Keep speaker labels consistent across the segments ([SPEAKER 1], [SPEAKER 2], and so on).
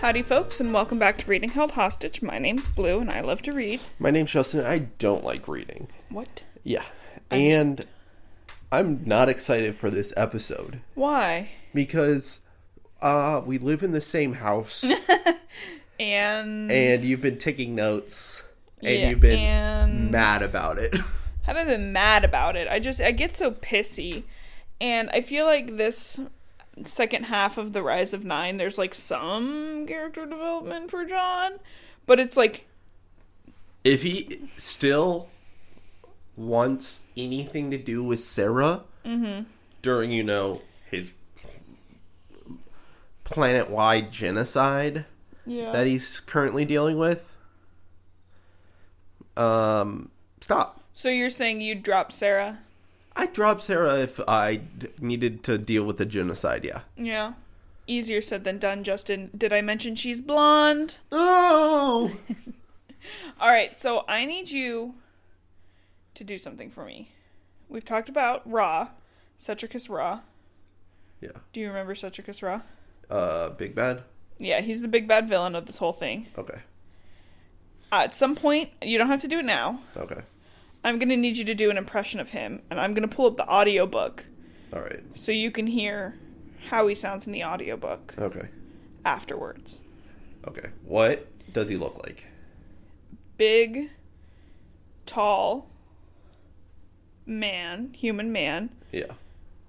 [SPEAKER 1] Howdy, folks, and welcome back to Reading Held Hostage. My name's Blue, and I love to read.
[SPEAKER 2] My name's Justin. and I don't like reading.
[SPEAKER 1] What?
[SPEAKER 2] Yeah. And I'm not excited for this episode
[SPEAKER 1] Why?
[SPEAKER 2] because uh we live in the same house
[SPEAKER 1] And,
[SPEAKER 2] and you've been taking notes and
[SPEAKER 1] Yeah,
[SPEAKER 2] you've been
[SPEAKER 1] and-
[SPEAKER 2] mad about it.
[SPEAKER 1] haven't been mad about it. I just I get so pissy, and I feel like this second half of the Rise of Nine, there's like some character development for John, but it's like
[SPEAKER 2] if he still wants anything to do with Sarah during, you know, his planet wide genocide,
[SPEAKER 1] yeah,
[SPEAKER 2] that e- he's currently dealing with. Um, stop.
[SPEAKER 1] So you're saying you'd drop Sarah?
[SPEAKER 2] I'd drop Sarah if I d- needed to deal with the genocide, yeah.
[SPEAKER 1] Yeah. Easier said than done, Justin. Did I mention she's blonde?
[SPEAKER 2] Oh!
[SPEAKER 1] All right, so I need you to do something for me. We've talked about Ra, Cetricus Ra.
[SPEAKER 2] yeah.
[SPEAKER 1] Do you remember Cetricus Ra?
[SPEAKER 2] Uh, Big Bad?
[SPEAKER 1] Yeah, he's the big bad villain of this whole thing.
[SPEAKER 2] Okay.
[SPEAKER 1] Uh, at some point, you don't have to do it now.
[SPEAKER 2] Okay.
[SPEAKER 1] I'm going to need you to do an impression of him, and I'm going to pull up the audiobook
[SPEAKER 2] Alright.
[SPEAKER 1] so you can hear how he sounds in the audiobook
[SPEAKER 2] Okay.
[SPEAKER 1] afterwards.
[SPEAKER 2] Okay. What does he look like?
[SPEAKER 1] Big, tall man, human man,
[SPEAKER 2] Yeah.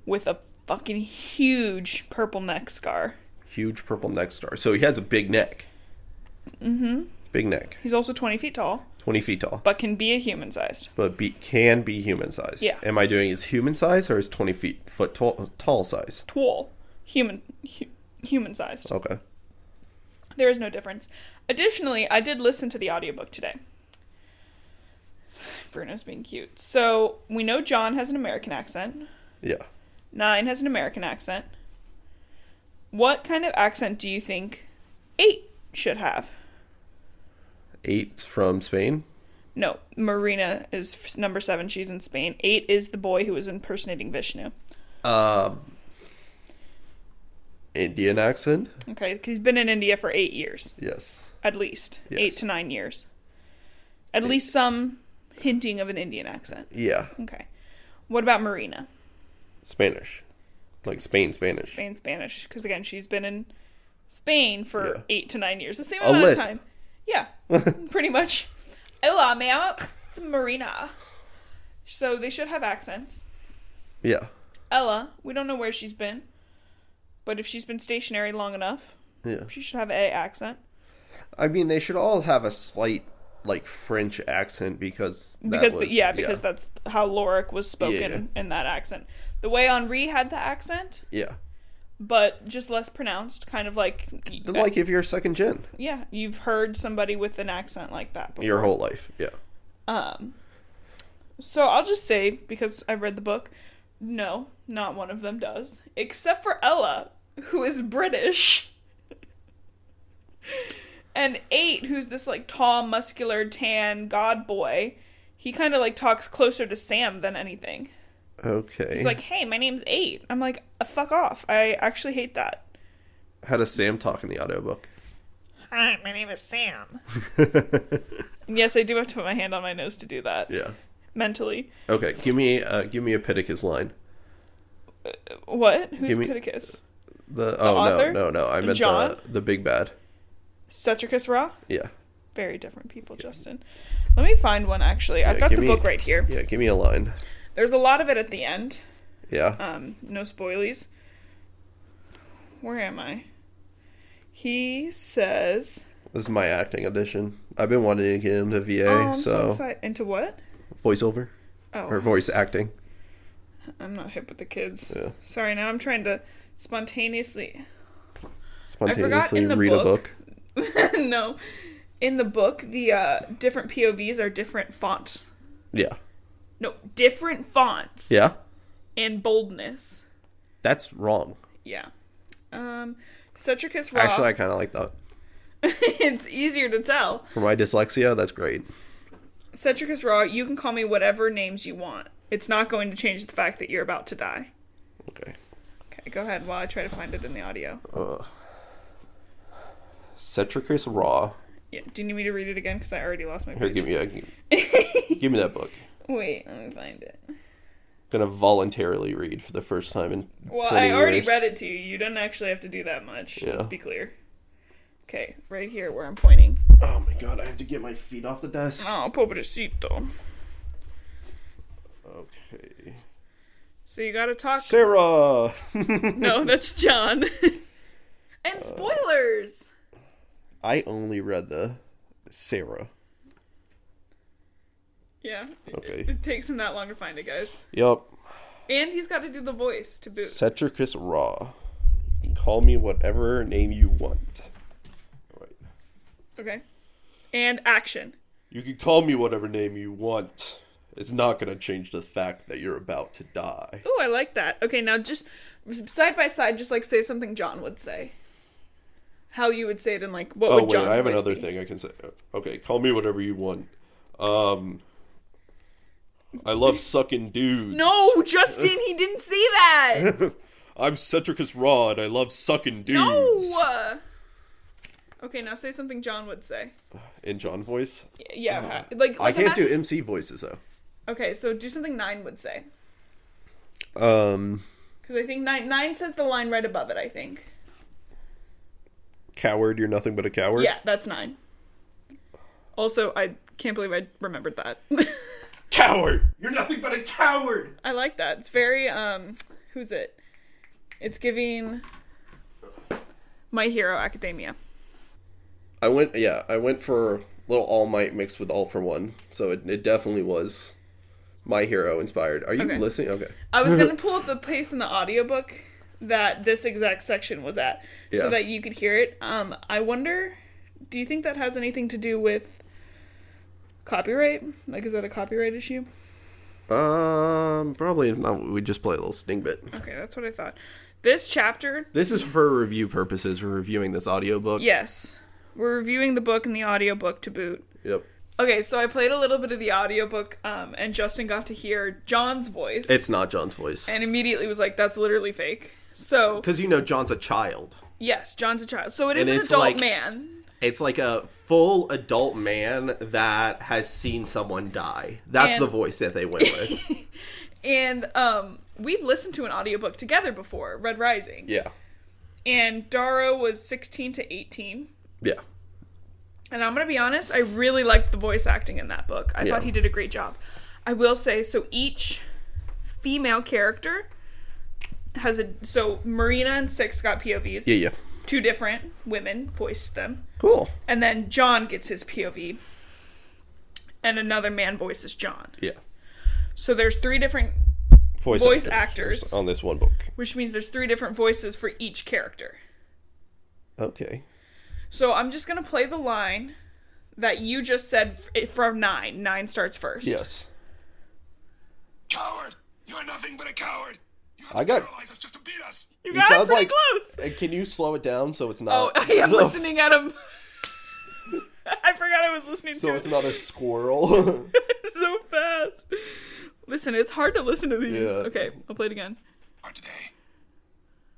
[SPEAKER 1] with a fucking huge purple neck scar.
[SPEAKER 2] Huge purple neck star. So he has a big neck.
[SPEAKER 1] Mm-hmm.
[SPEAKER 2] Big neck.
[SPEAKER 1] He's also 20 feet tall,
[SPEAKER 2] 20 feet tall.
[SPEAKER 1] but can be a human sized.
[SPEAKER 2] But be, can be human size.
[SPEAKER 1] Yeah.
[SPEAKER 2] Am I doing his human size or his 20 feet foot tall, tall size?
[SPEAKER 1] Tall. Human. Hu- human sized.
[SPEAKER 2] Okay.
[SPEAKER 1] There is no difference. Additionally, I did listen to the audiobook today. Bruno's being cute. So we know John has an American accent,
[SPEAKER 2] Yeah.
[SPEAKER 1] Nine has an American accent. What kind of accent do you think Eight should have?
[SPEAKER 2] Eight from Spain.
[SPEAKER 1] No, Marina is f- number seven. She's in Spain. Eight is the boy who was impersonating Vishnu.
[SPEAKER 2] um, Indian accent.
[SPEAKER 1] Okay, 'cause he's been in India for eight years,
[SPEAKER 2] Yes.
[SPEAKER 1] at least
[SPEAKER 2] Yes.
[SPEAKER 1] eight to nine years. At least some hinting of an Indian accent.
[SPEAKER 2] Yeah.
[SPEAKER 1] Okay, what about Marina?
[SPEAKER 2] Spanish. Like Spain, Spanish.
[SPEAKER 1] Spain Spanish, because again, she's been in Spain for
[SPEAKER 2] Yeah.
[SPEAKER 1] eight to nine years, the same
[SPEAKER 2] A
[SPEAKER 1] amount
[SPEAKER 2] lisp.
[SPEAKER 1] of time. Yeah, pretty much. Hola, me llamo Marina. So they should have accents.
[SPEAKER 2] Yeah.
[SPEAKER 1] Ella, we don't know where she's been, but if she's been stationary long enough,
[SPEAKER 2] Yeah.
[SPEAKER 1] she should have a accent
[SPEAKER 2] I mean, they should all have a slight, like, French accent because. That
[SPEAKER 1] because
[SPEAKER 2] was,
[SPEAKER 1] the, yeah, because that's how Lorik was spoken in that accent. The way Henri had the accent,
[SPEAKER 2] Yeah.
[SPEAKER 1] but just less pronounced, kind of like uh,
[SPEAKER 2] Like if you're second gen
[SPEAKER 1] yeah, you've heard somebody with an accent like that. Before.
[SPEAKER 2] your whole life. Yeah.
[SPEAKER 1] Um, so I'll just say because I read the book, no, not one of them does, except for Ella, who is British, and Eight, who's this like tall, muscular, tan god boy. He kind of like talks closer to Sam than anything.
[SPEAKER 2] Okay.
[SPEAKER 1] He's like, "Hey, my name's Eight. I'm like, "Uh, "Fuck off! I actually hate that."
[SPEAKER 2] How does Sam talk in the audiobook?
[SPEAKER 1] Hi, my name is Sam. Yes, I do have to put my hand on my nose to do that
[SPEAKER 2] yeah.
[SPEAKER 1] mentally.
[SPEAKER 2] Okay. Give me, uh, give me a Pittacus line.
[SPEAKER 1] Uh, What? Who's
[SPEAKER 2] Give me-
[SPEAKER 1] Pittacus?
[SPEAKER 2] The oh
[SPEAKER 1] author?
[SPEAKER 2] no no no I meant
[SPEAKER 1] John?
[SPEAKER 2] the the big bad.
[SPEAKER 1] Cetricus Ra?
[SPEAKER 2] Yeah.
[SPEAKER 1] Very different people, Justin. Let me find one actually. I've
[SPEAKER 2] Yeah,
[SPEAKER 1] got
[SPEAKER 2] give
[SPEAKER 1] the
[SPEAKER 2] me-
[SPEAKER 1] book right here.
[SPEAKER 2] Yeah. Give me a line.
[SPEAKER 1] There's a lot of it at the end.
[SPEAKER 2] Yeah.
[SPEAKER 1] Um, no spoilies. Where am I? He says,
[SPEAKER 2] This is my acting audition. I've been wanting to get into VA,
[SPEAKER 1] "Oh, I'm so,
[SPEAKER 2] so,
[SPEAKER 1] excited." Into what?
[SPEAKER 2] voiceover
[SPEAKER 1] Oh,
[SPEAKER 2] or voice acting.
[SPEAKER 1] I'm not hip with the kids.
[SPEAKER 2] Yeah.
[SPEAKER 1] Sorry, now I'm trying to spontaneously.
[SPEAKER 2] Spontaneously
[SPEAKER 1] in the
[SPEAKER 2] read a
[SPEAKER 1] book.
[SPEAKER 2] book.
[SPEAKER 1] no, in the book, the uh, different POVs are different fonts.
[SPEAKER 2] Yeah.
[SPEAKER 1] No, different fonts.
[SPEAKER 2] Yeah.
[SPEAKER 1] And boldness.
[SPEAKER 2] That's wrong.
[SPEAKER 1] Yeah. Um, Cetricus Ra.
[SPEAKER 2] Actually, I kind of like that.
[SPEAKER 1] it's easier to tell.
[SPEAKER 2] For my dyslexia, that's great.
[SPEAKER 1] Cetricus Raw, you can call me whatever names you want. It's not going to change the fact that you're about to die.
[SPEAKER 2] Okay.
[SPEAKER 1] Okay, go ahead while I try to find it in the audio.
[SPEAKER 2] Uh, Cetricus Raw.
[SPEAKER 1] Yeah. Do you need me to read it again? Because I already lost my
[SPEAKER 2] Here,
[SPEAKER 1] page.
[SPEAKER 2] give me, uh, give, give me that book.
[SPEAKER 1] Wait, let me find it.
[SPEAKER 2] gonna voluntarily read for the first time in
[SPEAKER 1] Well,
[SPEAKER 2] 20
[SPEAKER 1] I already
[SPEAKER 2] years.
[SPEAKER 1] read it to you. You don't actually have to do that much.
[SPEAKER 2] Yeah.
[SPEAKER 1] Let's be clear. Okay, right here where I'm pointing.
[SPEAKER 2] Oh my god, I have to get my feet off the desk.
[SPEAKER 1] Oh, pobrecito.
[SPEAKER 2] Okay.
[SPEAKER 1] So you gotta talk.
[SPEAKER 2] Sarah.
[SPEAKER 1] no, that's John.
[SPEAKER 2] Uh.
[SPEAKER 1] and spoilers.
[SPEAKER 2] I only read the Sarah.
[SPEAKER 1] Yeah. it-
[SPEAKER 2] Okay.
[SPEAKER 1] It, takes him that long to find it, guys.
[SPEAKER 2] Yup.
[SPEAKER 1] And he's got to do the voice to boot.
[SPEAKER 2] Cetricus Raw. You can call me whatever name you want. Alright.
[SPEAKER 1] Okay. And action.
[SPEAKER 2] You can call me whatever name you want. It's not gonna change the fact that you're about to die.
[SPEAKER 1] Ooh, I like that. Okay, now just side by side, just like say something John would say. How you would say it, and like what
[SPEAKER 2] Oh
[SPEAKER 1] would
[SPEAKER 2] wait,
[SPEAKER 1] John's
[SPEAKER 2] I have
[SPEAKER 1] voice
[SPEAKER 2] another
[SPEAKER 1] be?
[SPEAKER 2] thing I can say. Okay, call me whatever you want. Um I love sucking dudes.
[SPEAKER 1] No, Justin, he didn't say that.
[SPEAKER 2] I'm Cetricus Raw and I love sucking dudes.
[SPEAKER 1] No. Okay, now say something John would say.
[SPEAKER 2] In John voice?
[SPEAKER 1] Y- Yeah, like,
[SPEAKER 2] Uh, I
[SPEAKER 1] like
[SPEAKER 2] can't
[SPEAKER 1] ima-
[SPEAKER 2] do MC voices
[SPEAKER 1] Okay, so do something Nine would say
[SPEAKER 2] though. Um
[SPEAKER 1] because I think Nine Nine says the line right above it. I think.
[SPEAKER 2] Coward, you're nothing but a coward.
[SPEAKER 1] Yeah, that's Nine. Also, I can't believe I remembered that.
[SPEAKER 2] Coward! You're nothing but a coward!
[SPEAKER 1] I like that. It's very um, who's it? It's giving My Hero Academia.
[SPEAKER 2] I went yeah, I went for little all might mixed with all for one. So it, it definitely was my hero inspired. Are you
[SPEAKER 1] Okay.
[SPEAKER 2] listening? Okay.
[SPEAKER 1] I was gonna pull up the place in the audiobook that this exact section was at
[SPEAKER 2] Yeah.
[SPEAKER 1] so that you could hear it. Um I wonder do you think that has anything to do with copyright? Like is that a copyright issue?
[SPEAKER 2] Um probably not we just play a little sting bit.
[SPEAKER 1] Okay, that's what I thought. This chapter,
[SPEAKER 2] This is for review purposes. We're reviewing this audiobook.
[SPEAKER 1] yes. We're reviewing the book and the audiobook to boot.
[SPEAKER 2] Yep.
[SPEAKER 1] Okay, so I played a little bit of the audiobook um and Justin got to hear John's voice
[SPEAKER 2] It's not John's voice.
[SPEAKER 1] and immediately was like that's literally fake. So,
[SPEAKER 2] Because you know John's a child.
[SPEAKER 1] yes, John's a child. So it is
[SPEAKER 2] And
[SPEAKER 1] an
[SPEAKER 2] it's
[SPEAKER 1] adult
[SPEAKER 2] like-
[SPEAKER 1] man.
[SPEAKER 2] It's like a full adult man that has seen someone die. That's
[SPEAKER 1] And-
[SPEAKER 2] the voice that they went with.
[SPEAKER 1] And um, we've listened to an audiobook together before, Red Rising.
[SPEAKER 2] yeah.
[SPEAKER 1] And Dara was 16 to 18.
[SPEAKER 2] Yeah.
[SPEAKER 1] And I'm going to be honest, I really liked the voice acting in that book. I
[SPEAKER 2] Yeah.
[SPEAKER 1] thought he did a great job. I will say so each female character has a. So Marina and Six got POVs.
[SPEAKER 2] Yeah, yeah.
[SPEAKER 1] Two different women voiced them.
[SPEAKER 2] Cool.
[SPEAKER 1] And then John gets his POV. And another man voices John.
[SPEAKER 2] Yeah.
[SPEAKER 1] So there's three different, Voice actors.
[SPEAKER 2] on this one book.
[SPEAKER 1] which means there's three different voices for each character.
[SPEAKER 2] Okay.
[SPEAKER 1] So I'm just gonna play the line that you just said f- from nine. Nine starts first.
[SPEAKER 2] Yes.
[SPEAKER 3] Coward! You are nothing but a coward! You have
[SPEAKER 2] I
[SPEAKER 3] to
[SPEAKER 2] got-
[SPEAKER 3] paralyze us just to beat us!
[SPEAKER 1] you
[SPEAKER 2] He
[SPEAKER 1] got
[SPEAKER 2] sounds
[SPEAKER 1] it pretty
[SPEAKER 2] like-
[SPEAKER 1] close.
[SPEAKER 2] Uh, Can you slow it down so it's
[SPEAKER 1] Oh,
[SPEAKER 2] not?
[SPEAKER 1] I am listening at him. I forgot I was listening
[SPEAKER 2] So
[SPEAKER 1] to
[SPEAKER 2] it's
[SPEAKER 1] it
[SPEAKER 2] not a squirrel.
[SPEAKER 1] so fast. Listen, it's hard to listen to these.
[SPEAKER 2] Yeah.
[SPEAKER 1] Okay, I'll play it again.
[SPEAKER 3] Are today.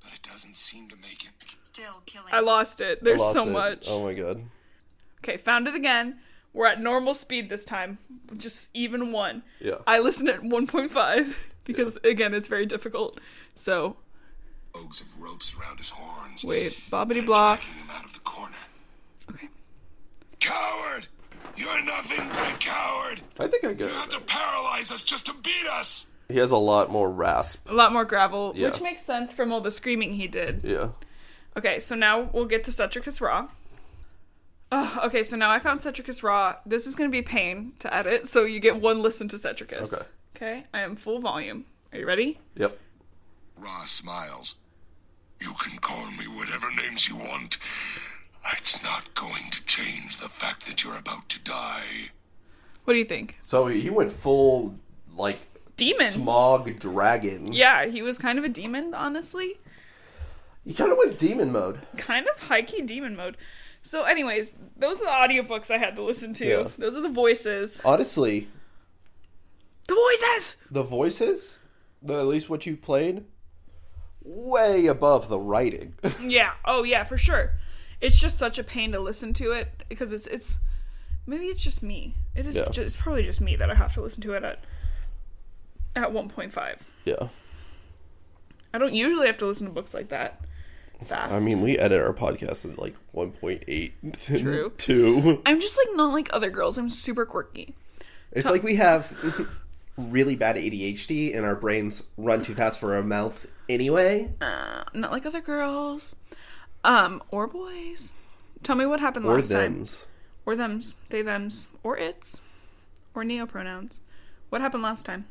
[SPEAKER 3] But it doesn't seem to make it.
[SPEAKER 4] Still killing.
[SPEAKER 1] I lost it. There's
[SPEAKER 2] Lost
[SPEAKER 1] so
[SPEAKER 2] it.
[SPEAKER 1] much.
[SPEAKER 2] Oh my god.
[SPEAKER 1] Okay, found it again. We're at normal speed this time. Just even one.
[SPEAKER 2] Yeah.
[SPEAKER 1] I listen at 1.5 because again, it's very difficult. So
[SPEAKER 3] Oaks of ropes around his horns.
[SPEAKER 1] wait, bobbity blah.
[SPEAKER 3] Dragging him out of the corner.
[SPEAKER 1] Okay.
[SPEAKER 3] Coward! You are nothing but a coward!
[SPEAKER 2] I think I got.
[SPEAKER 3] You have
[SPEAKER 2] it.
[SPEAKER 3] to paralyze us just to beat us!
[SPEAKER 2] He has a lot more rasp.
[SPEAKER 1] A lot more gravel,
[SPEAKER 2] Yeah.
[SPEAKER 1] which makes sense from all the screaming he did.
[SPEAKER 2] Yeah.
[SPEAKER 1] Okay, so now we'll get to Cetricus Raw. Ugh, okay, so now I found Cetricus Raw. This is going to be a pain to edit, so you get one listen to Cetricus.
[SPEAKER 2] Okay.
[SPEAKER 1] Okay, I am full volume. Are you ready?
[SPEAKER 2] Yep.
[SPEAKER 3] Ra smiles. You can call me whatever names you want. It's not going to change the fact that you're about to die.
[SPEAKER 1] What do you think?
[SPEAKER 2] So he went full like
[SPEAKER 1] Demon.
[SPEAKER 2] smog dragon.
[SPEAKER 1] Yeah, he was kind of a demon, honestly.
[SPEAKER 2] He kind of went demon mode.
[SPEAKER 1] Kind of high key demon mode. So, anyways, those are the audiobooks I had to listen to.
[SPEAKER 2] Yeah.
[SPEAKER 1] Those are the voices.
[SPEAKER 2] Honestly,
[SPEAKER 1] The voices!
[SPEAKER 2] the voices, the, at least what you played, way above the writing.
[SPEAKER 1] Yeah. Oh, yeah, for sure. It's just such a pain to listen to it because it's it's maybe it's just me. It is
[SPEAKER 2] Yeah.
[SPEAKER 1] just, it's probably just me that I have to listen to it at at 1.5.
[SPEAKER 2] Yeah.
[SPEAKER 1] I don't usually have to listen to books like that. Fast.
[SPEAKER 2] I mean, we edit our podcast at like 1.8 and
[SPEAKER 1] True.
[SPEAKER 2] 2.
[SPEAKER 1] I'm just like not like other girls. I'm super quirky.
[SPEAKER 2] It's like we have really bad ADHD and our brains run too fast for our mouths anyway.
[SPEAKER 1] Uh, not like other girls. Um or boys. Tell me what happened
[SPEAKER 2] Or
[SPEAKER 1] last time.
[SPEAKER 2] thems.
[SPEAKER 1] Or thems, they thems, or its, or neopronouns. What happened last time?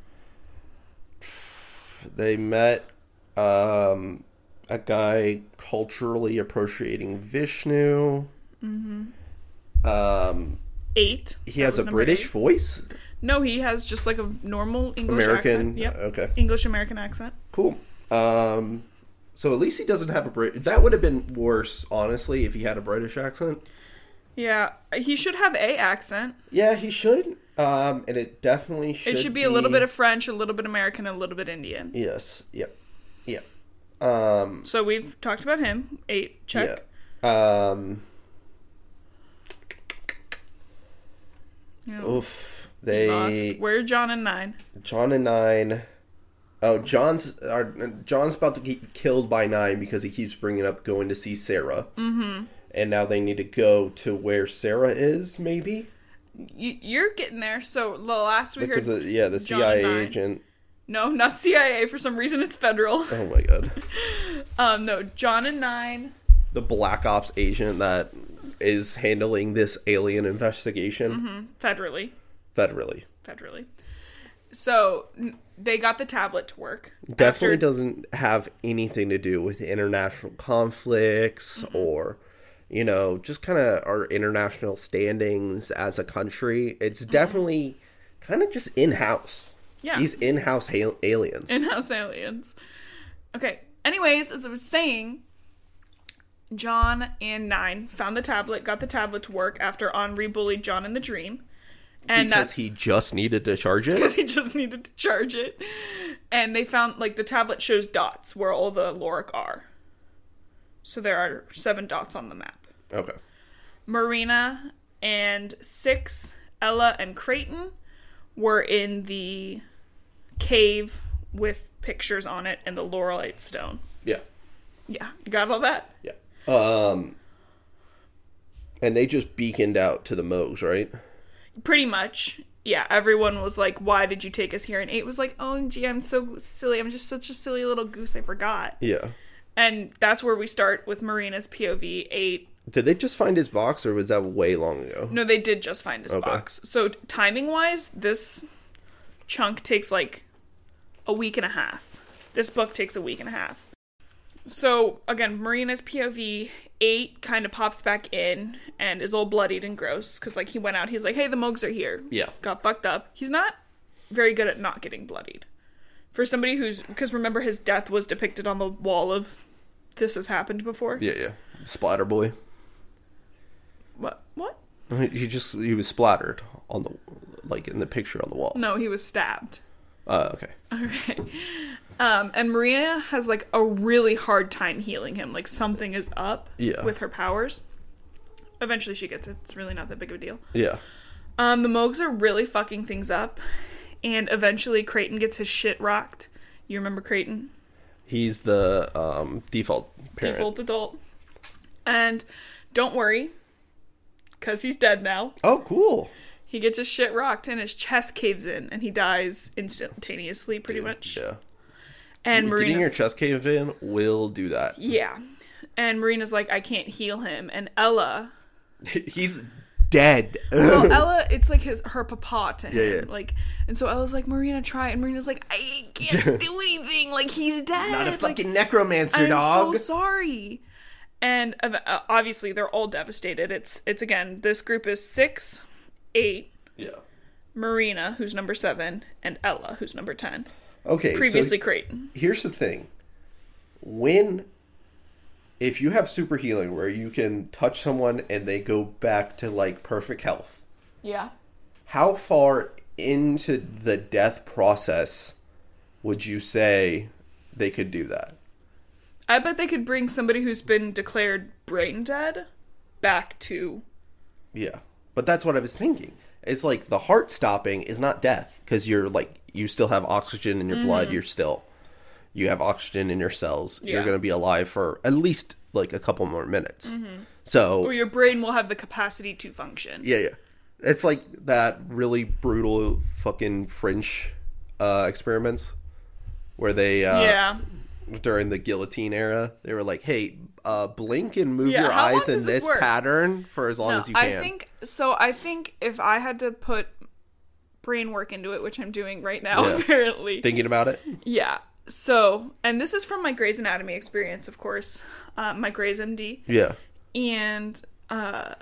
[SPEAKER 2] They met um, a guy culturally appropriating Vishnu. Um,
[SPEAKER 1] Eight.
[SPEAKER 2] he
[SPEAKER 1] Mm-hmm. That was
[SPEAKER 2] has a
[SPEAKER 1] number
[SPEAKER 2] British
[SPEAKER 1] eight.
[SPEAKER 2] voice.
[SPEAKER 1] No, he has just like a normal English
[SPEAKER 2] American.
[SPEAKER 1] accent. Yep.
[SPEAKER 2] Okay.
[SPEAKER 1] English American accent.
[SPEAKER 2] Cool. Um, so at least he doesn't have a Brit. That would have been worse, honestly, if he had a British accent.
[SPEAKER 1] Yeah, he should have a accent.
[SPEAKER 2] Yeah, he should. Um, and it definitely should.
[SPEAKER 1] it should be, a little bit of French, a little bit American, and a little bit Indian.
[SPEAKER 2] Yes. Yep. Yep. Um.
[SPEAKER 1] So we've talked about him. Eight. Check.
[SPEAKER 2] Yeah. Um.
[SPEAKER 1] You know,
[SPEAKER 2] Oof. They.
[SPEAKER 1] lost. Where are John and nine?
[SPEAKER 2] John and nine. Oh, John's our, John's about to get killed by nine because he keeps bringing up going to see Sarah. Mm-hmm. And now they need to go to where Sarah is, maybe
[SPEAKER 1] You, you're getting there. So the last we
[SPEAKER 2] because
[SPEAKER 1] heard,
[SPEAKER 2] of, uh, yeah, the
[SPEAKER 1] John
[SPEAKER 2] CIA
[SPEAKER 1] and nine.
[SPEAKER 2] agent.
[SPEAKER 1] no, not CIA. For some reason, it's federal.
[SPEAKER 2] Oh my god,
[SPEAKER 1] Um, no, John and nine.
[SPEAKER 2] the Black Ops agent that is handling this alien investigation
[SPEAKER 1] Mm-hmm. Federally.
[SPEAKER 2] federally
[SPEAKER 1] federally. So n- they got the tablet to work.
[SPEAKER 2] definitely
[SPEAKER 1] After-
[SPEAKER 2] doesn't have anything to do with international conflicts
[SPEAKER 1] Mm-hmm.
[SPEAKER 2] or you know just kind of our international standings as a country it's definitely kind of just in-house
[SPEAKER 1] Mm-hmm. Yeah.
[SPEAKER 2] these in-house ha- aliens
[SPEAKER 1] in-house aliens. Okay. Anyways, as I was saying, John and Nine found the tablet, got the tablet to work after Henri bullied John in the dream, and
[SPEAKER 2] because
[SPEAKER 1] that's
[SPEAKER 2] he just needed to charge it
[SPEAKER 1] he just needed to charge it. And they found like the tablet shows dots where all the Lorik are. So there are seven dots on the map.
[SPEAKER 2] okay
[SPEAKER 1] Marina and Six, Ella and Creighton were in the cave with pictures on it and the Laurelite stone.
[SPEAKER 2] yeah
[SPEAKER 1] Yeah, you got all that?
[SPEAKER 2] yeah um and they just beaconed out to the Moogs, right?
[SPEAKER 1] Pretty much. Yeah, everyone was like, "Why did you take us here?" And Eight was like, "OMG, I'm so silly. I'm just such a silly little goose. I forgot."
[SPEAKER 2] Yeah.
[SPEAKER 1] And that's where we start with Marina's POV. Eight.
[SPEAKER 2] Did they just find his box, or was that way long ago?
[SPEAKER 1] No, they did just find his box. So timing wise, this chunk takes like a week and a half. This book takes a week and a half. So again, Marina's POV eight kind of pops back in and is all bloodied and gross because like he went out, he's like, "Hey, the Moogs are here."
[SPEAKER 2] Yeah.
[SPEAKER 1] got fucked up. He's not very good at not getting bloodied for somebody who's because remember his death was depicted on the wall of this has happened before.
[SPEAKER 2] Yeah, yeah. Splatter boy.
[SPEAKER 1] What? What?
[SPEAKER 2] He just he was splattered on the like in the picture on the wall.
[SPEAKER 1] No, Uh-huh. he was stabbed.
[SPEAKER 2] Uh, okay.
[SPEAKER 1] Okay. Um, and Marina has like a really hard time healing him. Like something is up
[SPEAKER 2] Yeah.
[SPEAKER 1] with her powers. Eventually she gets it. It's really not that big of a deal.
[SPEAKER 2] Yeah.
[SPEAKER 1] Um, the Moogs are really fucking things up. And eventually Creighton gets his shit rocked. You remember Creighton?
[SPEAKER 2] He's the um, default parent.
[SPEAKER 1] Default adult. And don't worry, because he's dead now.
[SPEAKER 2] Oh, cool.
[SPEAKER 1] He gets his shit rocked and his chest caves in and he dies instantaneously, pretty much.
[SPEAKER 2] Yeah.
[SPEAKER 1] And
[SPEAKER 2] Getting
[SPEAKER 1] Marina's
[SPEAKER 2] your chest caved in will do that.
[SPEAKER 1] Yeah. And Marina's like, I can't heal him. And Ella,
[SPEAKER 2] He's dead.
[SPEAKER 1] well, Oh, Ella, it's like his her papa to him.
[SPEAKER 2] Yeah, yeah.
[SPEAKER 1] Like, and so Ella's like, Marina, try. it." And Marina's like, I can't do anything. Like, he's dead.
[SPEAKER 2] Not a
[SPEAKER 1] Like,
[SPEAKER 2] fucking necromancer,
[SPEAKER 1] I'm
[SPEAKER 2] dog.
[SPEAKER 1] so sorry. And uh, uh, obviously, they're all devastated. It's it's again. This group is six, eight,
[SPEAKER 2] yeah.
[SPEAKER 1] Marina, who's number seven, and Ella, who's number ten.
[SPEAKER 2] Okay. so
[SPEAKER 1] Previously, Creighton.
[SPEAKER 2] here's the thing. When if you have super healing where you can touch someone and they go back to like perfect health,
[SPEAKER 1] Yeah.
[SPEAKER 2] how far into the death process would you say they could do that?
[SPEAKER 1] I bet they could bring somebody who's been declared brain dead back to
[SPEAKER 2] Yeah. But that's what I was thinking. It's like the heart stopping is not death because you're like, you still have oxygen in your blood. You're still, you have oxygen in your cells. You're
[SPEAKER 1] Mm-hmm. Yeah.
[SPEAKER 2] going to be alive for at least like a couple more minutes.
[SPEAKER 1] Mm-hmm.
[SPEAKER 2] So,
[SPEAKER 1] or your brain will have the capacity to function.
[SPEAKER 2] yeah, yeah. It's like that really brutal fucking French uh, experiments where they, uh,
[SPEAKER 1] yeah.
[SPEAKER 2] during the guillotine era, they were like, hey, uh, blink and move
[SPEAKER 1] Yeah,
[SPEAKER 2] your
[SPEAKER 1] how long
[SPEAKER 2] eyes in
[SPEAKER 1] does
[SPEAKER 2] this
[SPEAKER 1] this work?
[SPEAKER 2] pattern for as long
[SPEAKER 1] No,
[SPEAKER 2] as you can.
[SPEAKER 1] I think so. I think if I had to put brain work into it, which I'm doing right now,
[SPEAKER 2] Yeah.
[SPEAKER 1] apparently,
[SPEAKER 2] Thinking about it?
[SPEAKER 1] yeah. So, and this is from my Grey's Anatomy experience, of course, uh, my Grey's MD,
[SPEAKER 2] Yeah.
[SPEAKER 1] and uh,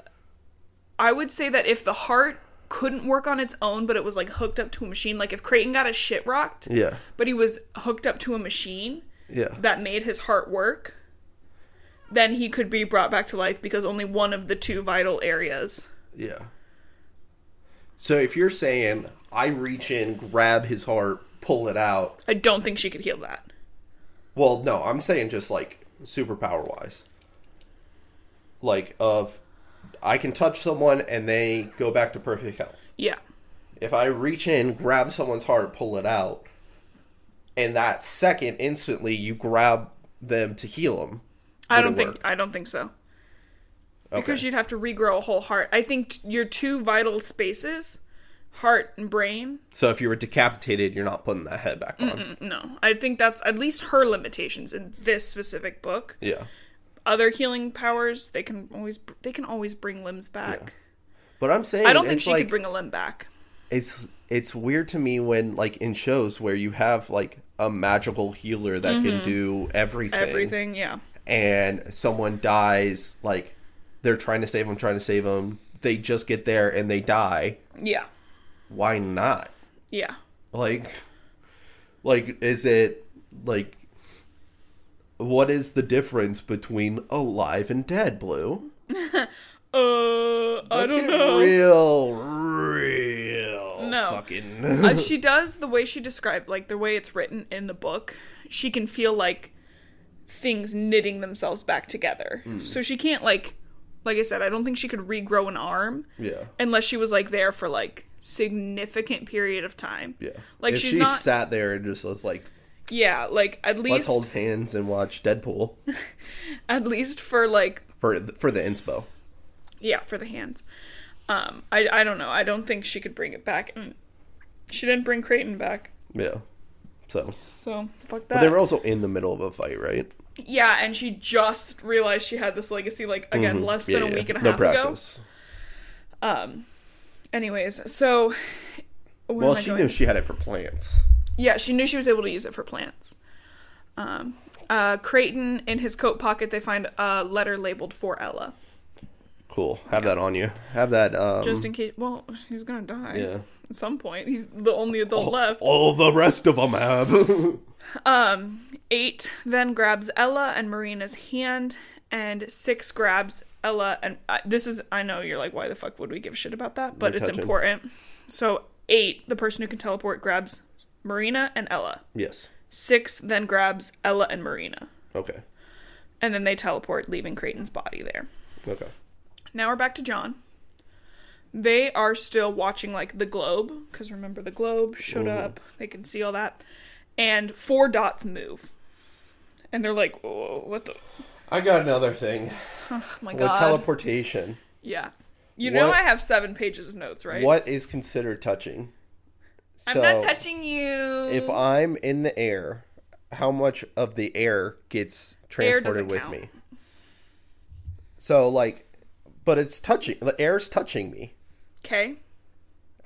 [SPEAKER 1] I would say that if the heart couldn't work on its own, but it was like hooked up to a machine, like if Creighton got a shit rocked,
[SPEAKER 2] Yeah.
[SPEAKER 1] but he was hooked up to a machine
[SPEAKER 2] Yeah.
[SPEAKER 1] that made his heart work. Then he could be brought back to life because only one of the two vital areas
[SPEAKER 2] Yeah. So if you're saying I reach in, grab his heart, pull it out,
[SPEAKER 1] I don't think she could heal that.
[SPEAKER 2] well, no, I'm saying just like superpower wise. Like of I can touch someone and they go back to perfect health.
[SPEAKER 1] Yeah.
[SPEAKER 2] If I reach in, grab someone's heart, pull it out, and that second instantly you grab them to heal them.
[SPEAKER 1] I don't think I don't think so. Because
[SPEAKER 2] Okay.
[SPEAKER 1] you'd have to regrow a whole heart. I think t- your two vital spaces, heart and brain,
[SPEAKER 2] So if you were decapitated, you're not putting that head back on.
[SPEAKER 1] no. I think that's at least her limitations in this specific book.
[SPEAKER 2] Yeah.
[SPEAKER 1] Other healing powers, they can always br- they can always bring limbs back.
[SPEAKER 2] But I'm saying
[SPEAKER 1] I don't think
[SPEAKER 2] it's
[SPEAKER 1] she
[SPEAKER 2] like,
[SPEAKER 1] could bring a limb back.
[SPEAKER 2] it's it's weird to me when like in shows where you have like a magical healer that can do everything,
[SPEAKER 1] Mm-hmm. Everything, yeah.
[SPEAKER 2] and someone dies like they're trying to save them trying to save them they just get there and they die
[SPEAKER 1] Yeah.
[SPEAKER 2] why not
[SPEAKER 1] Yeah.
[SPEAKER 2] like like is it like what is the difference between alive and dead blue
[SPEAKER 1] Uh I
[SPEAKER 2] let's
[SPEAKER 1] don't
[SPEAKER 2] get
[SPEAKER 1] know.
[SPEAKER 2] real real
[SPEAKER 1] No.
[SPEAKER 2] fucking
[SPEAKER 1] Uh, she does the way she described like the way it's written in the book she can feel like things knitting themselves back together
[SPEAKER 2] Mm.
[SPEAKER 1] so she can't like like i said i don't think she could regrow an arm
[SPEAKER 2] yeah
[SPEAKER 1] unless she was like there for like significant period of time
[SPEAKER 2] yeah
[SPEAKER 1] like
[SPEAKER 2] if
[SPEAKER 1] she's
[SPEAKER 2] she
[SPEAKER 1] not
[SPEAKER 2] sat there and just was like
[SPEAKER 1] yeah like at
[SPEAKER 2] Let's
[SPEAKER 1] least
[SPEAKER 2] hold hands and watch Deadpool
[SPEAKER 1] at least for like
[SPEAKER 2] for for the inspo.
[SPEAKER 1] yeah for the hands um i i don't know i don't think she could bring it back and she didn't bring creighton back
[SPEAKER 2] Yeah. So
[SPEAKER 1] so fuck that
[SPEAKER 2] but they were also in the middle of a fight, right?
[SPEAKER 1] Yeah, and she just realized she had this legacy like again less than
[SPEAKER 2] Mm-hmm. Yeah,
[SPEAKER 1] a
[SPEAKER 2] yeah.
[SPEAKER 1] week and a
[SPEAKER 2] no
[SPEAKER 1] half ago.
[SPEAKER 2] practice.
[SPEAKER 1] Anyways, so where
[SPEAKER 2] Well,
[SPEAKER 1] am I
[SPEAKER 2] she
[SPEAKER 1] going?
[SPEAKER 2] knew she had it for plants.
[SPEAKER 1] yeah, she knew she was able to use it for plants. Um, uh, Creighton in his coat pocket, they find a letter labeled for Ella,
[SPEAKER 2] Cool. Have that on you. Have that. Um,
[SPEAKER 1] just in case. Well, he's gonna die
[SPEAKER 2] Yeah.
[SPEAKER 1] at some point. He's the only adult left.
[SPEAKER 2] all the rest of them have.
[SPEAKER 1] Eight then grabs Ella and Marina's hand, and six grabs Ella. And uh, this is, I know you're like, why the fuck would we give a shit about that? But
[SPEAKER 2] You're
[SPEAKER 1] it's
[SPEAKER 2] touching.
[SPEAKER 1] important. So, eight, the person who can teleport, grabs Marina and Ella.
[SPEAKER 2] yes.
[SPEAKER 1] Six then grabs Ella and Marina.
[SPEAKER 2] Okay.
[SPEAKER 1] And then they teleport, leaving Creighton's body there.
[SPEAKER 2] Okay.
[SPEAKER 1] Now we're back to John. They are still watching like the globe because remember the globe showed up. They can see all that, and four dots move, and they're like, "Whoa, what the?
[SPEAKER 2] I got another thing
[SPEAKER 1] Oh my
[SPEAKER 2] with
[SPEAKER 1] god!"
[SPEAKER 2] teleportation.
[SPEAKER 1] yeah, you know
[SPEAKER 2] What-
[SPEAKER 1] I have seven pages of notes, right?
[SPEAKER 2] What is considered touching?
[SPEAKER 1] I'm
[SPEAKER 2] So
[SPEAKER 1] not touching you.
[SPEAKER 2] if I'm in the air, how much of the air gets
[SPEAKER 1] Air doesn't
[SPEAKER 2] transported with
[SPEAKER 1] count.
[SPEAKER 2] me? So like, but it's touching. The air's touching me.
[SPEAKER 1] okay,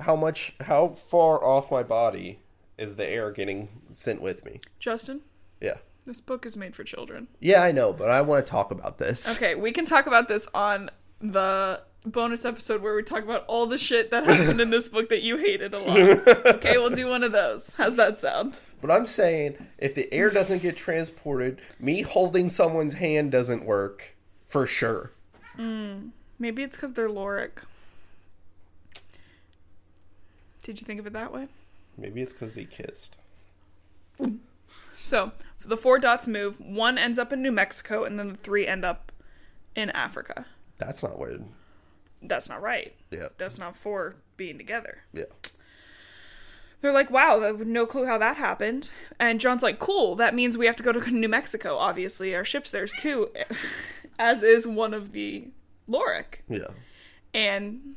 [SPEAKER 2] How much? How far off my body is the air getting sent with me?
[SPEAKER 1] Justin,
[SPEAKER 2] Yeah,
[SPEAKER 1] this book is made for children.
[SPEAKER 2] yeah, I know, but I want to talk about this.
[SPEAKER 1] Okay, we can talk about this on the bonus episode where we talk about all the shit that happened in this book that you hated a lot. Okay, we'll do one of those. How's that sound?
[SPEAKER 2] But I'm saying if the air doesn't get transported, me holding someone's hand doesn't work for sure.
[SPEAKER 1] Maybe it's because they're Lorik. Did you think of it that way?
[SPEAKER 2] Maybe it's because they kissed.
[SPEAKER 1] So the four dots move. One ends up in New Mexico, and then the three end up in Africa.
[SPEAKER 2] That's not weird.
[SPEAKER 1] That's not right.
[SPEAKER 2] Yeah.
[SPEAKER 1] That's not for being together.
[SPEAKER 2] Yeah.
[SPEAKER 1] They're like, wow, I have no clue how that happened. And John's like, cool, that means we have to go to New Mexico, obviously. Our ship's there's too, as is one of the Lorik.
[SPEAKER 2] Yeah.
[SPEAKER 1] And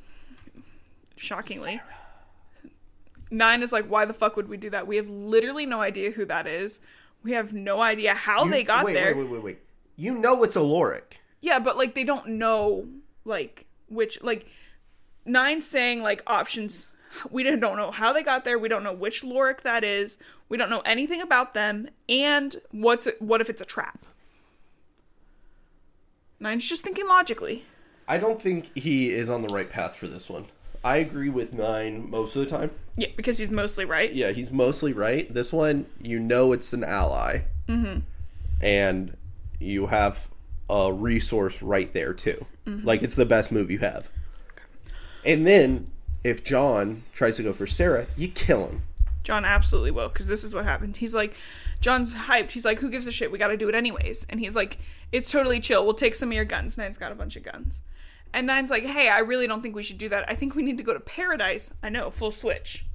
[SPEAKER 1] shockingly, Nine is like, why the fuck would we do that? We have literally no idea who that is. We have no idea how they got
[SPEAKER 2] wait,
[SPEAKER 1] there.
[SPEAKER 2] Wait, wait, wait, wait. You know it's Aloric.
[SPEAKER 1] Yeah, but like they don't know like which like nine saying like options. We don't don't know how they got there. We don't know which Lorik that is. We don't know anything about them. And what's what if it's a trap? Nine's just thinking logically.
[SPEAKER 2] I don't think he is on the right path for this one. I agree with Nine most of the time.
[SPEAKER 1] Yeah, because he's mostly right.
[SPEAKER 2] Yeah, he's mostly right. This one, you know, it's an ally, mm-hmm. and you have a resource right there too. Like it's the best move you have. And then if John tries to go for Sarah, you kill him.
[SPEAKER 1] John absolutely will, because this is what happened. He's like, John's hyped. He's like, who gives a shit? We got to do it anyways. And he's like, it's totally chill. We'll take some of your guns. Nine's got a bunch of guns. And Nine's like, hey, I really don't think we should do that. I think we need to go to paradise. I know, full switch,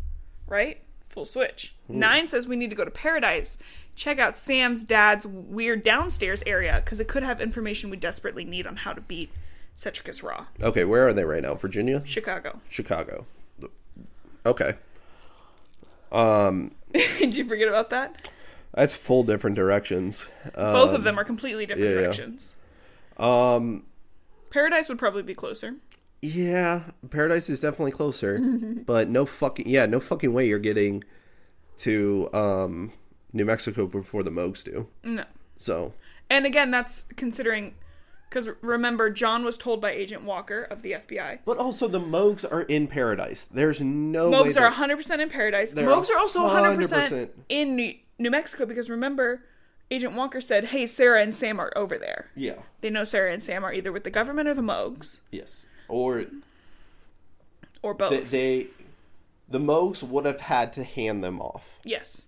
[SPEAKER 1] right? Full switch. Nine says we need to go to paradise. Check out Sam's dad's weird downstairs area, because it could have information we desperately need on how to beat Cetricus Raw.
[SPEAKER 2] Okay, where are they right now? Virginia,
[SPEAKER 1] Chicago.
[SPEAKER 2] Chicago. Okay,
[SPEAKER 1] Did you forget about that?
[SPEAKER 2] that's full different directions. Uh,
[SPEAKER 1] Both of them are completely different
[SPEAKER 2] yeah, yeah.
[SPEAKER 1] directions. Um, Paradise would probably be closer.
[SPEAKER 2] yeah, Paradise is definitely closer, but no fucking yeah, no fucking way you're getting to um, New Mexico before the Moogs do.
[SPEAKER 1] No.
[SPEAKER 2] So
[SPEAKER 1] And again, that's considering because remember, John was told by Agent Walker of the FBI.
[SPEAKER 2] But also, the Moogs are in paradise. There's no way.
[SPEAKER 1] Mogs
[SPEAKER 2] that-
[SPEAKER 1] are 100% in paradise.
[SPEAKER 2] Oh, They're
[SPEAKER 1] Mogs are also 100%,
[SPEAKER 2] 100%.
[SPEAKER 1] in New, New Mexico because remember, Agent Walker said, hey, Sarah and Sam are over there.
[SPEAKER 2] Yeah.
[SPEAKER 1] They know Sarah and Sam are either with the government or the Mogs
[SPEAKER 2] Yes. Or
[SPEAKER 1] or both.
[SPEAKER 2] th- they, the Moogs would have had to hand them off.
[SPEAKER 1] yes.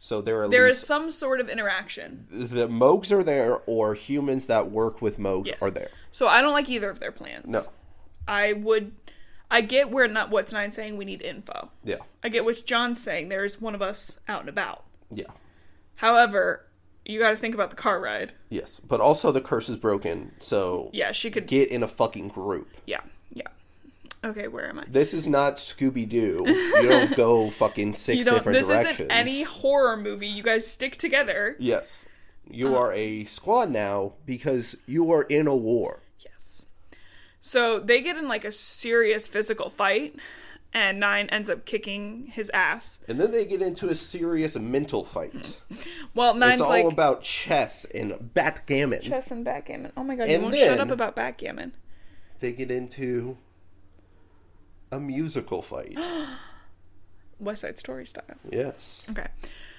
[SPEAKER 2] So there are
[SPEAKER 1] There
[SPEAKER 2] at
[SPEAKER 1] is
[SPEAKER 2] least
[SPEAKER 1] some sort of interaction.
[SPEAKER 2] the Moogs are there, or humans that work with Moogs
[SPEAKER 1] Yes.
[SPEAKER 2] are there.
[SPEAKER 1] So I don't like either of their plans.
[SPEAKER 2] No.
[SPEAKER 1] I would. I get where not what's nine saying we need info.
[SPEAKER 2] Yeah.
[SPEAKER 1] I get what John's saying. There's one of us out and about.
[SPEAKER 2] Yeah.
[SPEAKER 1] However, you got to think about the car ride.
[SPEAKER 2] Yes. But also, the curse is broken. So
[SPEAKER 1] Yeah, she could.
[SPEAKER 2] get in a fucking group.
[SPEAKER 1] yeah, yeah. Okay, where am I?
[SPEAKER 2] This is not Scooby Doo. You don't go fucking six
[SPEAKER 1] You don't.
[SPEAKER 2] different
[SPEAKER 1] This
[SPEAKER 2] directions.
[SPEAKER 1] isn't any horror movie. You guys stick together.
[SPEAKER 2] Yes. You
[SPEAKER 1] Uh-huh.
[SPEAKER 2] are a squad now because you are in a war.
[SPEAKER 1] Yes. So they get in like a serious physical fight, and Nine ends up kicking his ass.
[SPEAKER 2] And then they get into a serious mental fight.
[SPEAKER 1] Well, Nine's
[SPEAKER 2] it's all
[SPEAKER 1] Hmm. like
[SPEAKER 2] about chess and backgammon.
[SPEAKER 1] chess and backgammon. Oh my god,
[SPEAKER 2] And
[SPEAKER 1] you won't shut
[SPEAKER 2] then-
[SPEAKER 1] up about backgammon.
[SPEAKER 2] They get into a musical fight.
[SPEAKER 1] West Side Story style.
[SPEAKER 2] yes.
[SPEAKER 1] Okay.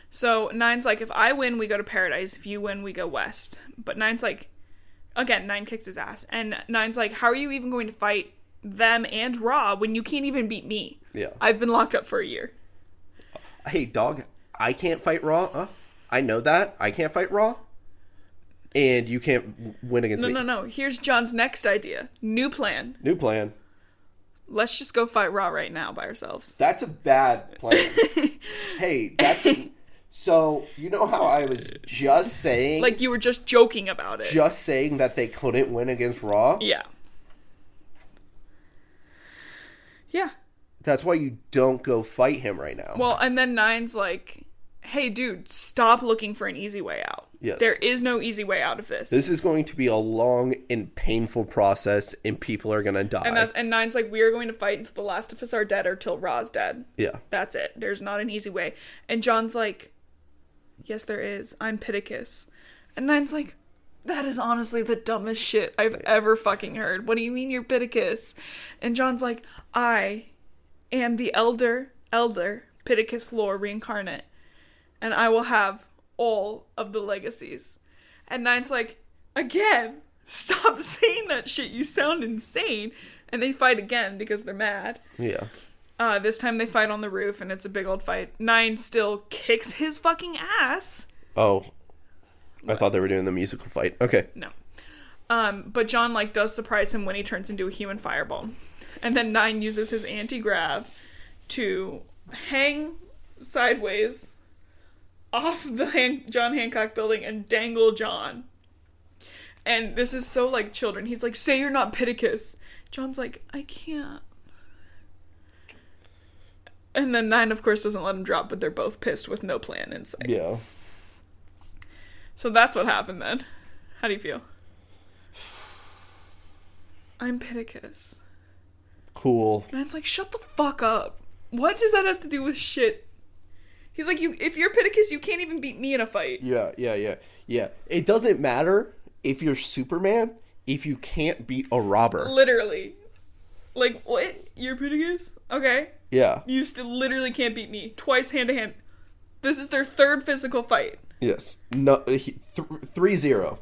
[SPEAKER 1] So Nine's like, if I win, we go to paradise. If you win, we go west. But Nine's like, again, Nine kicks his ass. And Nine's like, how are you even going to fight them and Ra when you can't even beat me?
[SPEAKER 2] Yeah.
[SPEAKER 1] I've been locked up for a year.
[SPEAKER 2] Hey, dog, I can't fight Raw. Huh? I know that. I can't fight Raw. And you can't w- win against
[SPEAKER 1] No,
[SPEAKER 2] me.
[SPEAKER 1] no, no. Here's John's next idea. New plan.
[SPEAKER 2] New plan.
[SPEAKER 1] Let's just go fight Ra right now by ourselves.
[SPEAKER 2] That's a bad plan. hey, that's. so, you know how I was just saying.
[SPEAKER 1] Like you were just joking about it.
[SPEAKER 2] just saying that they couldn't win against Raw.
[SPEAKER 1] yeah. Yeah.
[SPEAKER 2] That's why you don't go fight him right now.
[SPEAKER 1] Well, and then Nine's like, hey, dude, stop looking for an easy way out.
[SPEAKER 2] Yes.
[SPEAKER 1] There is no easy way out of this.
[SPEAKER 2] this is going to be a long and painful process, and people are going to die.
[SPEAKER 1] and, that's, and Nine's like, we are going to fight until the last of us are dead or till Ra's dead.
[SPEAKER 2] yeah.
[SPEAKER 1] That's it. There's not an easy way. And John's like, yes, there is. I'm Pittacus. And Nine's like, that is honestly the dumbest shit I've ever fucking heard. What do you mean you're Pittacus? And John's like, I am the elder, elder, Pittacus lore reincarnate, and I will have all of the legacies. And Nine's like, again, stop saying that shit. You sound insane. And they fight again because they're mad.
[SPEAKER 2] Yeah.
[SPEAKER 1] Uh, this time they fight on the roof, and it's a big old fight. Nine still kicks his fucking ass.
[SPEAKER 2] Oh. I thought they were doing the musical fight. Okay.
[SPEAKER 1] No. Um, but John like does surprise him when he turns into a human fireball, and then Nine uses his anti grav to hang sideways off the Han- John Hancock building and dangle John. And this is so like children. He's like, "Say you're not Pittacus." John's like, "I can't." And then Nine, of course, doesn't let him drop, but they're both pissed with no plan in sight.
[SPEAKER 2] Yeah.
[SPEAKER 1] So that's what happened then. How do you feel? I'm Pittacus.
[SPEAKER 2] Cool.
[SPEAKER 1] Man's like, shut the fuck up. What does that have to do with shit? He's like, you if you're Pittacus, you can't even beat me in a fight.
[SPEAKER 2] Yeah, yeah, yeah. Yeah. It doesn't matter if you're Superman if you can't beat a robber.
[SPEAKER 1] Literally. Like, what? You're Pittacus? Okay.
[SPEAKER 2] Yeah.
[SPEAKER 1] You still literally can't beat me. Twice hand to hand. This is their third physical fight.
[SPEAKER 2] Yes. No he, th- 3-0.
[SPEAKER 1] 3 0.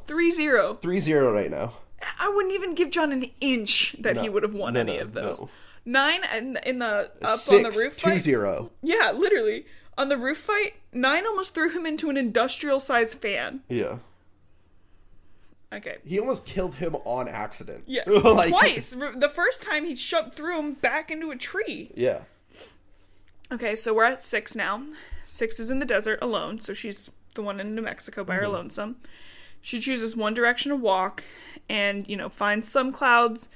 [SPEAKER 2] 3-0 right now.
[SPEAKER 1] I wouldn't even give John an inch that
[SPEAKER 2] No.
[SPEAKER 1] he would have won
[SPEAKER 2] No,
[SPEAKER 1] any
[SPEAKER 2] no,
[SPEAKER 1] of those.
[SPEAKER 2] no.
[SPEAKER 1] Nine and in the up on the roof fight.
[SPEAKER 2] 6-2-0.
[SPEAKER 1] Yeah, literally. On the roof fight, Nine almost threw him into an industrial sized fan.
[SPEAKER 2] Yeah.
[SPEAKER 1] Okay.
[SPEAKER 2] He almost killed him on accident.
[SPEAKER 1] Yeah.
[SPEAKER 2] Like-
[SPEAKER 1] Twice. R- The first time he shoved through him back into a tree.
[SPEAKER 2] Yeah.
[SPEAKER 1] Okay, so we're at six now. Six is in the desert alone, so she's the one in New Mexico by her lonesome. She chooses one direction to walk and, you know, finds some clouds,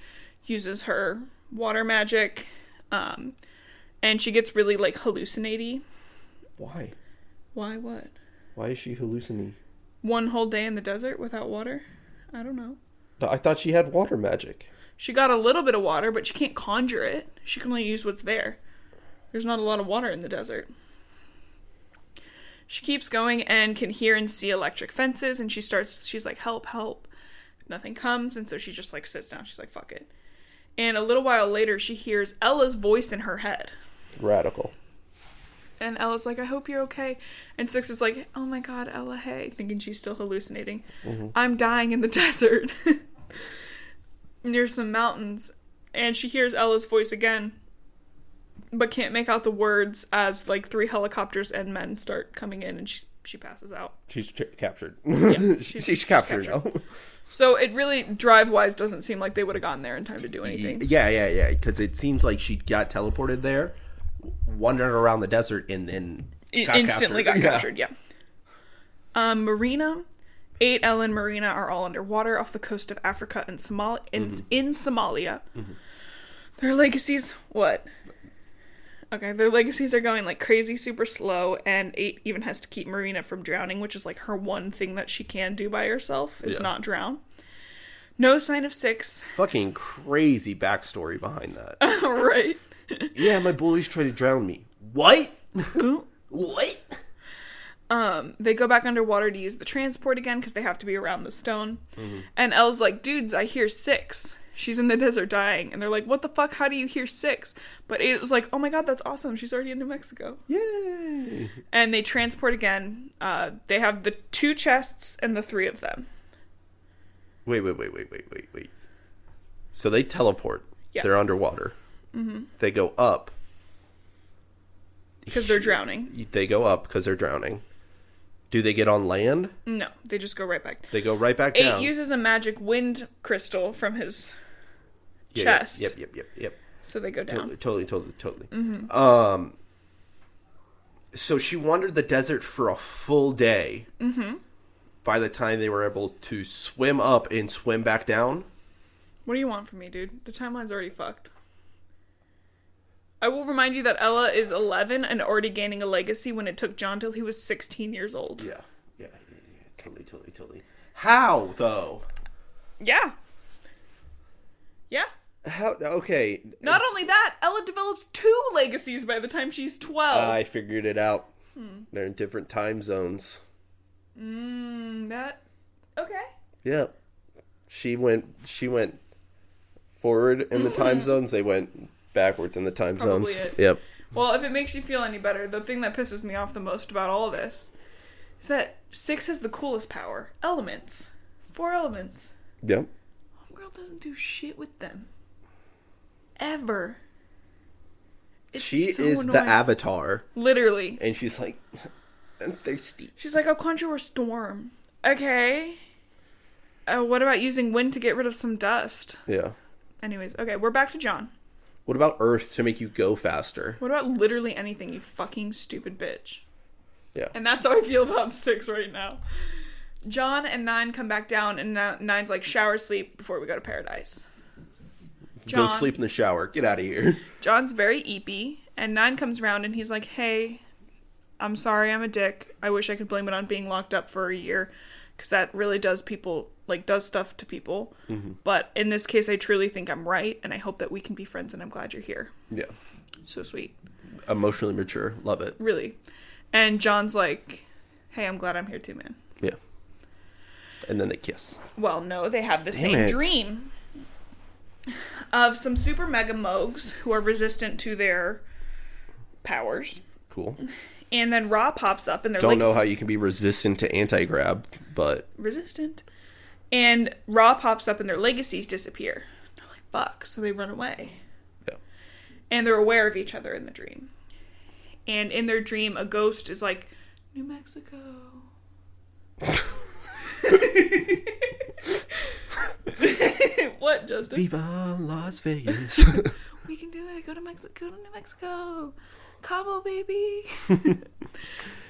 [SPEAKER 1] uses her water magic, um, and she gets really like hallucinaty.
[SPEAKER 2] Why?
[SPEAKER 1] Why what?
[SPEAKER 2] Why is she hallucinating?
[SPEAKER 1] One whole day in the desert without water? I don't know.
[SPEAKER 2] No, I thought she had water magic.
[SPEAKER 1] She got a little bit of water, but she can't conjure it. She can only use what's there. There's not a lot of water in the desert. She keeps going and can hear and see electric fences, and she starts, she's like, help, help. Nothing comes, and so she just like sits down. She's like, fuck it. And a little while later, she hears Ella's voice in her head.
[SPEAKER 2] Radical.
[SPEAKER 1] And Ella's like, I hope you're okay. And Six is like, oh my God, Ella, hey, thinking she's still hallucinating. I'm dying in the desert near some mountains. And she hears Ella's voice again, but can't make out the words as like three helicopters and men start coming in and she, she passes out.
[SPEAKER 2] She's ch- captured.
[SPEAKER 1] she's-
[SPEAKER 2] she's,
[SPEAKER 1] she's
[SPEAKER 2] captured,
[SPEAKER 1] captured.
[SPEAKER 2] now.
[SPEAKER 1] So it really, drive wise, doesn't seem like they would have gotten there in time to do anything.
[SPEAKER 2] Yeah, yeah, yeah. Because it seems like she got teleported there, wandered around the desert, and then
[SPEAKER 1] I-
[SPEAKER 2] got
[SPEAKER 1] instantly got
[SPEAKER 2] Yeah.
[SPEAKER 1] captured. Yeah. Um, Marina, eight Ellen Marina are all underwater off the coast of Africa and Somalia. In,
[SPEAKER 2] Mm-hmm.
[SPEAKER 1] in Somalia, their legacies what? Okay, their legacies are going like crazy, super slow, and eight even has to keep Marina from drowning, which is like her one thing that she can do by herself is
[SPEAKER 2] Yeah.
[SPEAKER 1] not drown. No sign of six,
[SPEAKER 2] Fucking crazy backstory behind that.
[SPEAKER 1] right?
[SPEAKER 2] yeah, my bullies tried to drown me. What? what?
[SPEAKER 1] they go back underwater to use the transport again because they have to be around the stone. And Elle's like, dudes, I hear six. She's in the desert dying. And they're like, what the fuck? How do you hear six? But it was like, oh my god, that's awesome. She's already in New Mexico.
[SPEAKER 2] Yay!
[SPEAKER 1] And they transport again. Uh, they have the two chests and the three of them.
[SPEAKER 2] Wait, wait, wait, wait, wait, wait, wait. So they teleport.
[SPEAKER 1] Yeah. Mm-hmm.
[SPEAKER 2] They're underwater. They go up.
[SPEAKER 1] 'Cause they're drowning.
[SPEAKER 2] They go up because they're drowning. Do they get on land?
[SPEAKER 1] No, they just go right back.
[SPEAKER 2] They go right back
[SPEAKER 1] Eight
[SPEAKER 2] down.
[SPEAKER 1] uses a magic wind crystal from his.
[SPEAKER 2] Yeah, yeah,
[SPEAKER 1] chest.
[SPEAKER 2] Yep, yep, yep, yep.
[SPEAKER 1] So they go down. Mm-hmm.
[SPEAKER 2] Totally, totally, totally, totally. Um, so she wandered the desert for a full day. Mm-hmm. By the time they were able to swim up and swim back down,
[SPEAKER 1] What do you want from me, dude? The timeline's already fucked. I will remind you that Ella is 11 and already gaining a legacy when it took John till he was 16 years old.
[SPEAKER 2] yeah, yeah, yeah, yeah, totally, totally, totally. How though?
[SPEAKER 1] Yeah. Yeah.
[SPEAKER 2] How? Okay,
[SPEAKER 1] Not only that, Ella develops two legacies by the time she's 12.
[SPEAKER 2] I figured it out.
[SPEAKER 1] Hmm.
[SPEAKER 2] They're in different time zones.
[SPEAKER 1] Mm, that. Okay.
[SPEAKER 2] Yeah, she went. She went forward in the time zones. They went backwards in the time zones.
[SPEAKER 1] Mm-hmm. probably it.
[SPEAKER 2] Yep.
[SPEAKER 1] Well, if it makes you feel any better, the thing that pisses me off the most about all this is that 6 has the coolest power elements. Four elements.
[SPEAKER 2] Yep.
[SPEAKER 1] Homegirl doesn't do shit with them. Ever. It's
[SPEAKER 2] She
[SPEAKER 1] so
[SPEAKER 2] is the
[SPEAKER 1] annoying.
[SPEAKER 2] avatar,
[SPEAKER 1] Literally.
[SPEAKER 2] and she's like, "I'm thirsty."
[SPEAKER 1] She's like, I'll conjure a storm. Okay. Uh, what about using wind to get rid of some dust?
[SPEAKER 2] Yeah.
[SPEAKER 1] Anyways, okay, we're back to John.
[SPEAKER 2] What about Earth to make you go faster?
[SPEAKER 1] What about literally anything, you fucking stupid bitch?
[SPEAKER 2] Yeah.
[SPEAKER 1] And that's how I feel about six right now. John and Nine come back down, and now- Nine's like, shower, sleep before we go to paradise.
[SPEAKER 2] Go
[SPEAKER 1] John,
[SPEAKER 2] sleep in the shower. Get out of here.
[SPEAKER 1] John's very eepy, and Nine comes around and he's like, hey, I'm sorry I'm a dick. I wish I could blame it on being locked up for a year because that really does people, like, does stuff to people. But in this case, I truly think I'm right, and I hope that we can be friends, and I'm glad you're here.
[SPEAKER 2] Yeah.
[SPEAKER 1] So sweet.
[SPEAKER 2] Emotionally mature. Love it.
[SPEAKER 1] Really. And John's like, hey, I'm glad I'm here too, man.
[SPEAKER 2] Yeah. And then they kiss.
[SPEAKER 1] Well, no, they have the same
[SPEAKER 2] it.
[SPEAKER 1] dream of some super mega mogs who are resistant to their powers.
[SPEAKER 2] Cool.
[SPEAKER 1] And then Ra pops up and they're
[SPEAKER 2] Don't
[SPEAKER 1] like
[SPEAKER 2] know how you can be resistant to anti grab, but
[SPEAKER 1] resistant. And Ra pops up and their legacies disappear. They're like, fuck. So they run away.
[SPEAKER 2] yeah.
[SPEAKER 1] And they're aware of each other in the dream. And in their dream, a ghost is like, New Mexico. what, Justin?
[SPEAKER 2] Viva Las Vegas.
[SPEAKER 1] We can do it. Go to Mexico. Go to New Mexico. Cabo, baby.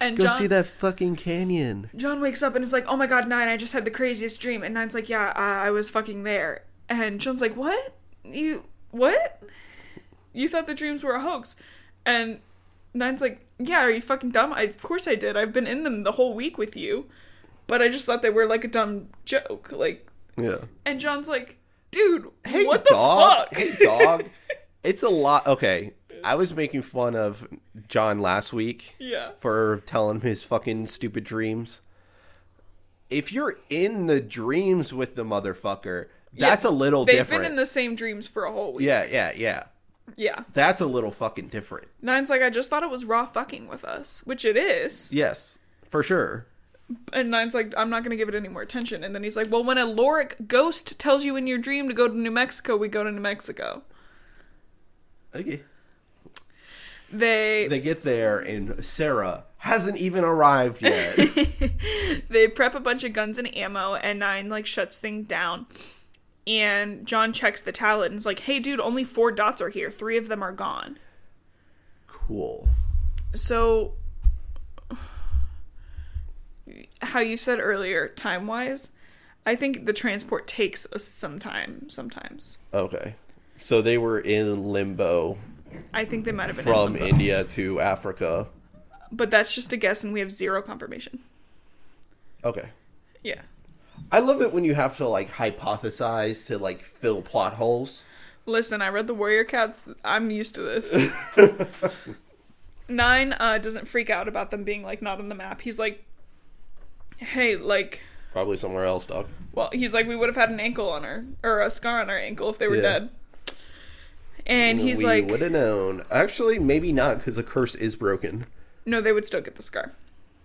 [SPEAKER 1] and
[SPEAKER 2] Go
[SPEAKER 1] John,
[SPEAKER 2] see that fucking canyon.
[SPEAKER 1] John wakes up and is like, "Oh my god, Nine! I just had the craziest dream." And Nine's like, "Yeah, uh, I was fucking there." And John's like, "What? You what? You thought the dreams were a hoax?" And Nine's like, "Yeah, are you fucking dumb? I, of course I did. I've been in them the whole week with you, but I just thought they were like a dumb joke." Like,
[SPEAKER 2] Yeah.
[SPEAKER 1] and John's like, "Dude,
[SPEAKER 2] Hey
[SPEAKER 1] what the
[SPEAKER 2] dog.
[SPEAKER 1] fuck?"
[SPEAKER 2] Hey dog. it's a lot. Okay, I was making fun of John last week
[SPEAKER 1] yeah.
[SPEAKER 2] for telling him his fucking stupid dreams. If you're in the dreams with the motherfucker, that's a little
[SPEAKER 1] They've
[SPEAKER 2] different.
[SPEAKER 1] been in the same dreams for a whole week.
[SPEAKER 2] yeah, yeah, yeah.
[SPEAKER 1] Yeah.
[SPEAKER 2] That's a little fucking different.
[SPEAKER 1] Nine's like, I just thought it was raw fucking with us, which it is.
[SPEAKER 2] Yes, for sure.
[SPEAKER 1] And Nine's like, I'm not going to give it any more attention. And then he's like, Well, when a Loric ghost tells you in your dream to go to New Mexico, we go to New Mexico.
[SPEAKER 2] Okay.
[SPEAKER 1] They
[SPEAKER 2] They get there and Sarah hasn't even arrived yet.
[SPEAKER 1] they prep a bunch of guns and ammo, and Nine like shuts things down. And John checks the talent and is like, Hey, dude, only four dots are here. Three of them are gone.
[SPEAKER 2] cool.
[SPEAKER 1] So, how you said earlier, time wise, I think the transport takes us some time. Sometimes
[SPEAKER 2] Okay. So they were in limbo
[SPEAKER 1] I think they might have been, in
[SPEAKER 2] from
[SPEAKER 1] limbo.
[SPEAKER 2] India to Africa.
[SPEAKER 1] but that's just a guess, and we have zero confirmation.
[SPEAKER 2] Okay.
[SPEAKER 1] Yeah,
[SPEAKER 2] I love it when you have to like hypothesize to like fill plot holes.
[SPEAKER 1] listen, I read the Warrior Cats. I'm used to this. Nine uh, doesn't freak out about them being like not on the map. He's like, hey, like.
[SPEAKER 2] Probably somewhere else, dog.
[SPEAKER 1] Well, he's like, we would have had an ankle on our or a scar on our ankle if they were
[SPEAKER 2] Yeah.
[SPEAKER 1] dead. And he's
[SPEAKER 2] we
[SPEAKER 1] like,
[SPEAKER 2] would have known. Actually, maybe not because the curse is broken.
[SPEAKER 1] No, they would still get the scar.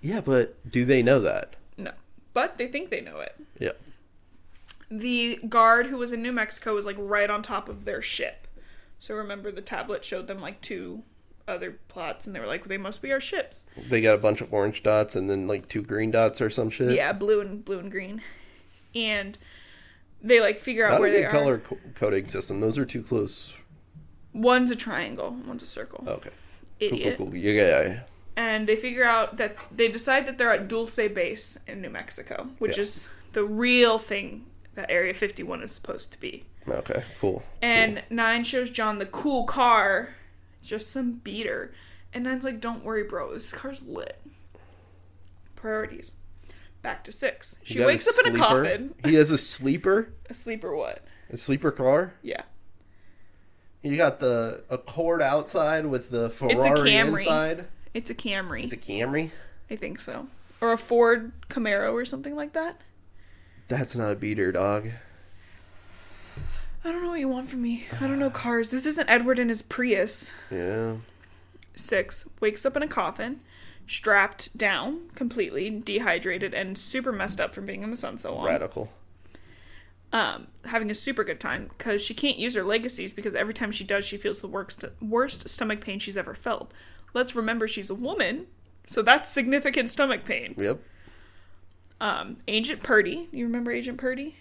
[SPEAKER 2] Yeah, but do they know that?
[SPEAKER 1] No. But they think they know it.
[SPEAKER 2] Yeah.
[SPEAKER 1] The guard who was in New Mexico was like right on top of their ship. So remember the tablet showed them like two other plots and they were like, they must be our ships.
[SPEAKER 2] They got a bunch of orange dots and then like two green dots or some shit.
[SPEAKER 1] Yeah, blue and blue and green. And they like figure out
[SPEAKER 2] Not
[SPEAKER 1] where
[SPEAKER 2] a
[SPEAKER 1] they
[SPEAKER 2] good
[SPEAKER 1] are.
[SPEAKER 2] color co- coding system. Those are too close.
[SPEAKER 1] One's a triangle, one's a circle.
[SPEAKER 2] Okay. Oh, Cool, cool,
[SPEAKER 1] Idiot.
[SPEAKER 2] cool. Yeah, yeah, yeah.
[SPEAKER 1] and they figure out that they decide that they're at Dulce Base in New Mexico, which
[SPEAKER 2] Yeah.
[SPEAKER 1] is the real thing that Area 51 is supposed to be.
[SPEAKER 2] Okay, cool.
[SPEAKER 1] And Nine shows John the cool car, just some beater. And Nine's like, don't worry, bro, this car's lit. Priorities. Back to six. She
[SPEAKER 2] You got
[SPEAKER 1] wakes up in a
[SPEAKER 2] sleeper?
[SPEAKER 1] coffin.
[SPEAKER 2] He has a sleeper?
[SPEAKER 1] A sleeper what?
[SPEAKER 2] A sleeper car?
[SPEAKER 1] Yeah.
[SPEAKER 2] You got the Accord outside with the Ferrari
[SPEAKER 1] Camry.
[SPEAKER 2] inside.
[SPEAKER 1] It's a Camry.
[SPEAKER 2] It's a Camry.
[SPEAKER 1] I think so. Or a Ford Camaro or something like that.
[SPEAKER 2] That's not a beater, dog.
[SPEAKER 1] I don't know what you want from me. I don't know cars. This isn't Edward and his Prius.
[SPEAKER 2] Yeah.
[SPEAKER 1] Six wakes up in a coffin, strapped down, completely dehydrated and super messed up from being in the sun so long.
[SPEAKER 2] Radical.
[SPEAKER 1] um, having a super good time because she can't use her legacies because every time she does, she feels the worst, worst stomach pain she's ever felt. Let's remember she's a woman, so that's significant stomach pain.
[SPEAKER 2] Yep.
[SPEAKER 1] Um, Agent Purdy. You remember Agent Purdy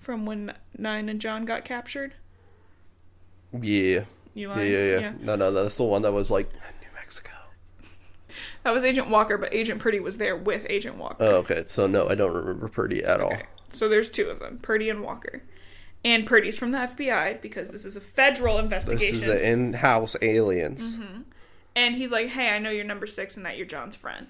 [SPEAKER 1] from when Nine and John got captured?
[SPEAKER 2] Yeah.
[SPEAKER 1] You
[SPEAKER 2] Yeah,
[SPEAKER 1] lying?
[SPEAKER 2] yeah, yeah, No, no, that's the one that was like New Mexico.
[SPEAKER 1] That was Agent Walker, but Agent Purdy was there with Agent Walker.
[SPEAKER 2] Oh, okay. So no, I don't remember Purdy at all.
[SPEAKER 1] Okay. So there's two of them, Purdy and Walker. And Purdy's from the FBI because this is a federal
[SPEAKER 2] This
[SPEAKER 1] investigation. Mm-hmm.
[SPEAKER 2] is the in-house aliens.
[SPEAKER 1] And he's like, "Hey, I know you're number 6 and that you're John's friend."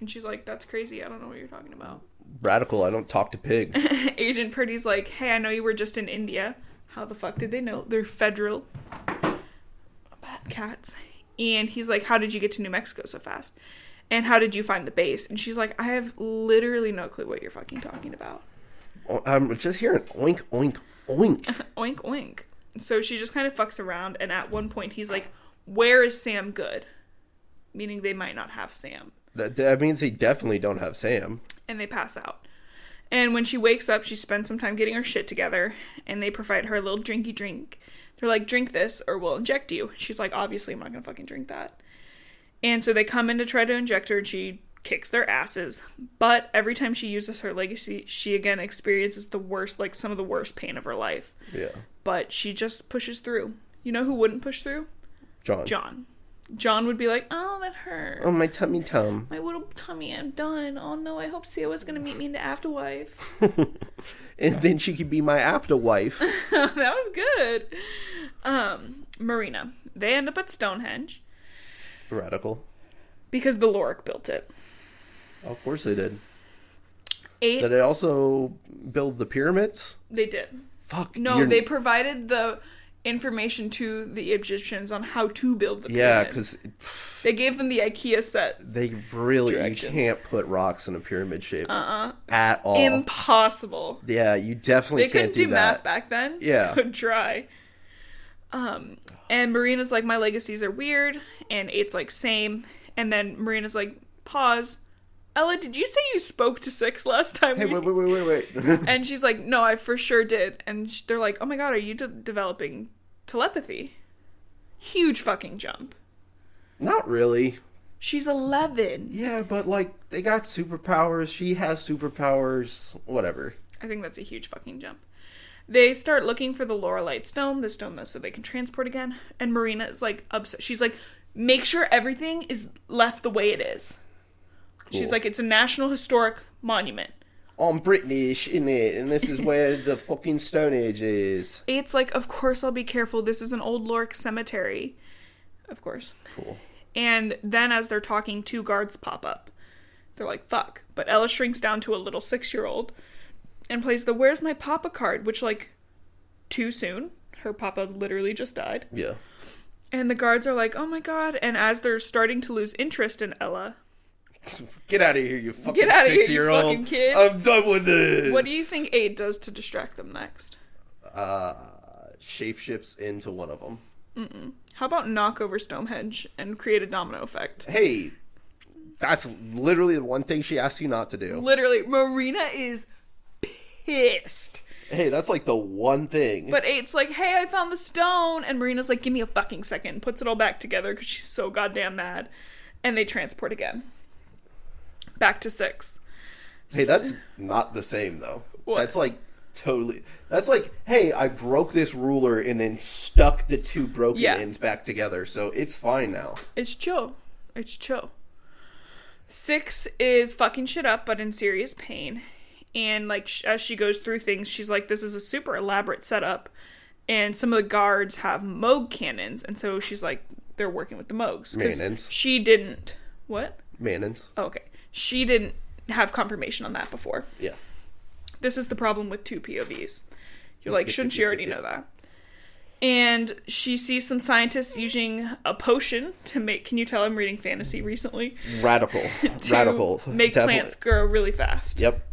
[SPEAKER 1] And she's like, "That's crazy. I don't know what you're talking about."
[SPEAKER 2] Radical. I don't talk to pigs.
[SPEAKER 1] Agent Purdy's like, "Hey, I know you were just in India. How the fuck did they know? They're federal bat cats." And he's like, "How did you get to New Mexico so fast? And how did you find the base?" And she's like, "I have literally no clue what you're fucking talking about."
[SPEAKER 2] Oh, I'm just hearing oink, oink, oink.
[SPEAKER 1] oink oink. So she just kind of fucks around, and at one point he's like, "Where is Sam Good?" Meaning they might not have Sam,
[SPEAKER 2] that, that means they definitely don't have Sam.
[SPEAKER 1] and they pass out. And when she wakes up, she spends some time getting her shit together, and they provide her a little drinky drink. They're like, "Drink this, or we'll inject you." She's like, "Obviously, I'm not gonna fucking drink that." And so they come in to try to inject her, and she kicks their asses. But every time she uses her legacy, she again experiences the worst, like some of the worst pain of her life.
[SPEAKER 2] Yeah.
[SPEAKER 1] but she just pushes through. You know who wouldn't push through?
[SPEAKER 2] John.
[SPEAKER 1] John. John would be like, "Oh, that hurt.
[SPEAKER 2] Oh, my tummy tum.
[SPEAKER 1] My little tummy, I'm done. Oh no, I hope Sia was gonna meet me in the afterlife."
[SPEAKER 2] And then she could be my afterwife.
[SPEAKER 1] that was good. Um, Marina. They end up at Stonehenge
[SPEAKER 2] Radical.
[SPEAKER 1] because the Lorik built it.
[SPEAKER 2] Of course they did.
[SPEAKER 1] Eight.
[SPEAKER 2] Did they also build the pyramids?
[SPEAKER 1] they did.
[SPEAKER 2] Fuck.
[SPEAKER 1] No,
[SPEAKER 2] you're-
[SPEAKER 1] they provided the information to the Egyptians on how to build the
[SPEAKER 2] Yeah,
[SPEAKER 1] pyramids.
[SPEAKER 2] because
[SPEAKER 1] they gave them the IKEA set.
[SPEAKER 2] they really
[SPEAKER 1] Directions.
[SPEAKER 2] you can't put rocks in a pyramid shape uh-uh. at all.
[SPEAKER 1] Impossible.
[SPEAKER 2] yeah, you definitely
[SPEAKER 1] They
[SPEAKER 2] can't
[SPEAKER 1] couldn't
[SPEAKER 2] do,
[SPEAKER 1] do,
[SPEAKER 2] that.
[SPEAKER 1] math back then.
[SPEAKER 2] Yeah.
[SPEAKER 1] Could try. Um, and Marina's like, my legacies are weird, and eight's like, same. And then Marina's like, pause. Ella, did you say you spoke to six last time?
[SPEAKER 2] Hey,
[SPEAKER 1] we-"
[SPEAKER 2] wait, wait, wait, wait, wait.
[SPEAKER 1] And she's like, no, I for sure did. And sh- they're like, oh my god, are you de- developing telepathy? Huge fucking jump.
[SPEAKER 2] Not really.
[SPEAKER 1] She's 11.
[SPEAKER 2] Yeah, but like they got superpowers. She has superpowers. Whatever.
[SPEAKER 1] I think that's a huge fucking jump. They start looking for the Lorelite stone, the stone that so they can transport again. And Marina is like upset. She's like, make sure everything is left the way it is. She's
[SPEAKER 2] Cool.
[SPEAKER 1] like, it's a national historic monument.
[SPEAKER 2] I'm British, isn't it? And this is where the fucking Stone Age is.
[SPEAKER 1] It's like, of course I'll be careful. This is an old Loric cemetery. Of course.
[SPEAKER 2] Cool.
[SPEAKER 1] And then as they're talking, two guards pop up. They're like, fuck. But Ella shrinks down to a little six year old and plays the Where's My Papa card, which, like, too soon. Her papa literally just died.
[SPEAKER 2] Yeah.
[SPEAKER 1] And the guards are like, oh my god. And as they're starting to lose interest in Ella,
[SPEAKER 2] Get out of here, you fucking
[SPEAKER 1] Get outta here, you
[SPEAKER 2] six-year-old.
[SPEAKER 1] fucking kid.
[SPEAKER 2] I'm done with this.
[SPEAKER 1] what do you think Aid does to distract them next?
[SPEAKER 2] Uh, shapeshifts into one of them.
[SPEAKER 1] How about knock over Stonehenge and create a domino effect?
[SPEAKER 2] Hey, that's literally the one thing she asked you not to do.
[SPEAKER 1] Literally, Marina is pissed.
[SPEAKER 2] Hey, that's like the one thing.
[SPEAKER 1] But eight's like, hey, I found the stone. And Marina's like, give me a fucking second. and Puts it all back together because she's so goddamn mad. And they transport again. Back to six.
[SPEAKER 2] hey, that's not the same though.
[SPEAKER 1] What?
[SPEAKER 2] That's like totally. That's like, hey, I broke this ruler and then stuck the two broken
[SPEAKER 1] Yeah.
[SPEAKER 2] ends back together, so it's fine now.
[SPEAKER 1] It's chill. It's chill. Six is fucking shit up, but in serious pain. And like sh- as she goes through things, she's like, "This is a super elaborate setup." And some of the guards have Moog cannons, and so she's like, "They're working with the Moogs." 'Cause
[SPEAKER 2] Cannons.
[SPEAKER 1] She didn't. What?
[SPEAKER 2] Manons.
[SPEAKER 1] Oh, okay. She didn't have confirmation on that before.
[SPEAKER 2] Yeah.
[SPEAKER 1] This is the problem with two POVs. You're like, shouldn't she already know that? And she sees some scientists using a potion to make. Can you tell I'm reading fantasy recently?
[SPEAKER 2] Radical.
[SPEAKER 1] to
[SPEAKER 2] Radical.
[SPEAKER 1] Make
[SPEAKER 2] Definitely.
[SPEAKER 1] plants grow really fast.
[SPEAKER 2] Yep.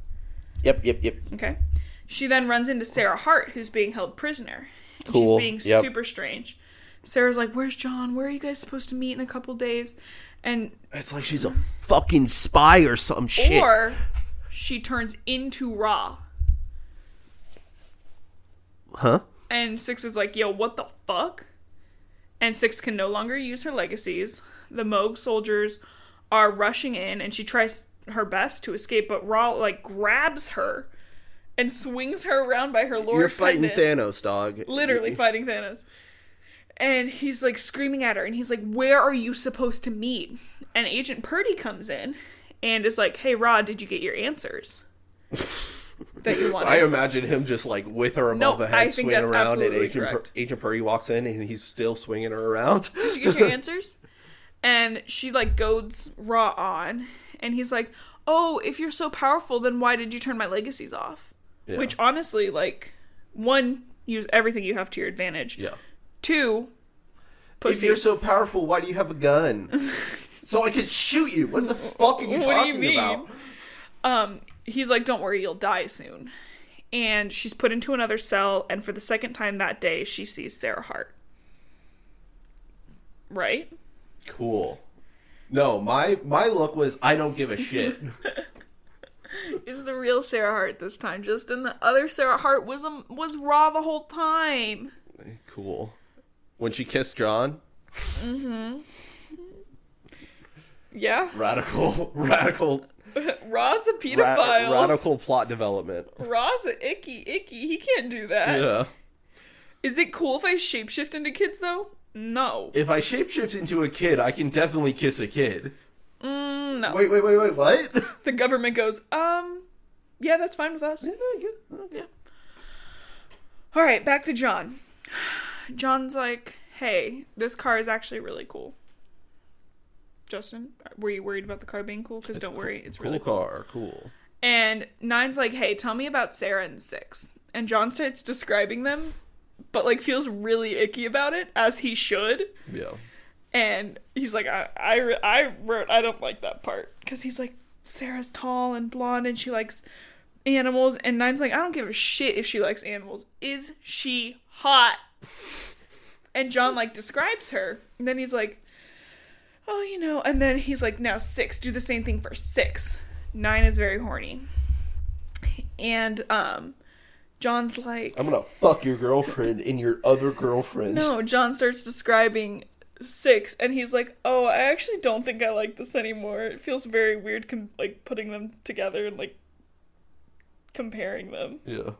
[SPEAKER 2] Yep. Yep. Yep.
[SPEAKER 1] Okay. She then runs into Sarah Hart, who's being held prisoner. And
[SPEAKER 2] Cool.
[SPEAKER 1] she's being
[SPEAKER 2] Yep.
[SPEAKER 1] super strange. Sarah's like, Where's John? Where are you guys supposed to meet in a couple days? And
[SPEAKER 2] It's like she's a fucking spy or some shit.
[SPEAKER 1] or she turns into Ra.
[SPEAKER 2] huh?
[SPEAKER 1] And Six is like, yo, what the fuck? And Six can no longer use her legacies. The Moog soldiers are rushing in, and she tries her best to escape, but Ra like grabs her and swings her around by her lower
[SPEAKER 2] You're fighting
[SPEAKER 1] pendant.
[SPEAKER 2] Thanos, dog.
[SPEAKER 1] literally fighting Thanos. And he's like screaming at her, and he's like, "Where are you supposed to meet?" And Agent Purdy comes in and is like, "Hey, Ra, did you get your answers that you wanted?"
[SPEAKER 2] I imagine him just like with her above
[SPEAKER 1] No,
[SPEAKER 2] the head,
[SPEAKER 1] I think
[SPEAKER 2] swinging
[SPEAKER 1] that's
[SPEAKER 2] around, and
[SPEAKER 1] absolutely
[SPEAKER 2] Agent, Pur-
[SPEAKER 1] correct.
[SPEAKER 2] Agent Purdy walks in and he's still swinging her around.
[SPEAKER 1] did you get your answers? And she like goads Ra on, and he's like, "Oh, if you're so powerful, then why did you turn my legacies off?"
[SPEAKER 2] Yeah.
[SPEAKER 1] Which honestly, like, one, use everything you have to your advantage.
[SPEAKER 2] yeah.
[SPEAKER 1] Two,
[SPEAKER 2] If
[SPEAKER 1] pussy.
[SPEAKER 2] you're so powerful, why do you have a gun? so I can shoot you. What the fuck are you
[SPEAKER 1] What do you
[SPEAKER 2] talking
[SPEAKER 1] mean?
[SPEAKER 2] about?
[SPEAKER 1] um, he's like, "Don't worry, you'll die soon." And she's put into another cell, and for the second time that day, she sees Sarah Hart. Right?
[SPEAKER 2] Cool. No, my my look was I don't give a shit.
[SPEAKER 1] Is the real Sarah Hart this time? Just and the other Sarah Hart was um, was raw the whole time.
[SPEAKER 2] cool. When she kissed John,
[SPEAKER 1] Yeah,
[SPEAKER 2] radical, radical,
[SPEAKER 1] Ra's a
[SPEAKER 2] ra-
[SPEAKER 1] pedophile.
[SPEAKER 2] radical plot development.
[SPEAKER 1] Ra's a icky icky. He can't do that. Is
[SPEAKER 2] Yeah.
[SPEAKER 1] it cool if I shapeshift into kids though? No.
[SPEAKER 2] If I shapeshift into a kid, I can definitely kiss a kid.
[SPEAKER 1] Mm, no.
[SPEAKER 2] Wait, wait, wait, wait, what?
[SPEAKER 1] The government goes, um, yeah, that's fine with us. All right, back to John. John's like, "Hey, this car is actually really cool." Justin, were you worried about the car being cool? Because don't worry, it's
[SPEAKER 2] cool
[SPEAKER 1] really cool.
[SPEAKER 2] car, cool.
[SPEAKER 1] And Nine's like, "Hey, tell me about Sarah and Six. And John starts describing them, but like feels really icky about it, as he should.
[SPEAKER 2] Yeah.
[SPEAKER 1] And he's like, "I, I, re- I wrote, I don't like that part because he's like, Sarah's tall and blonde, and she likes." Animals and Nine's like, I don't give a shit if she likes animals. Is she hot? and John like describes her, and then he's like, "Oh, you know," and then he's like, "Now six, do the same thing for six. Nine is very horny." And um, John's like,
[SPEAKER 2] I'm gonna fuck your girlfriend and your other girlfriends.
[SPEAKER 1] "No." John starts describing six, and he's like, "Oh, I actually don't think I like this anymore. It feels very weird, com- like putting them together and like comparing them."
[SPEAKER 2] Yeah.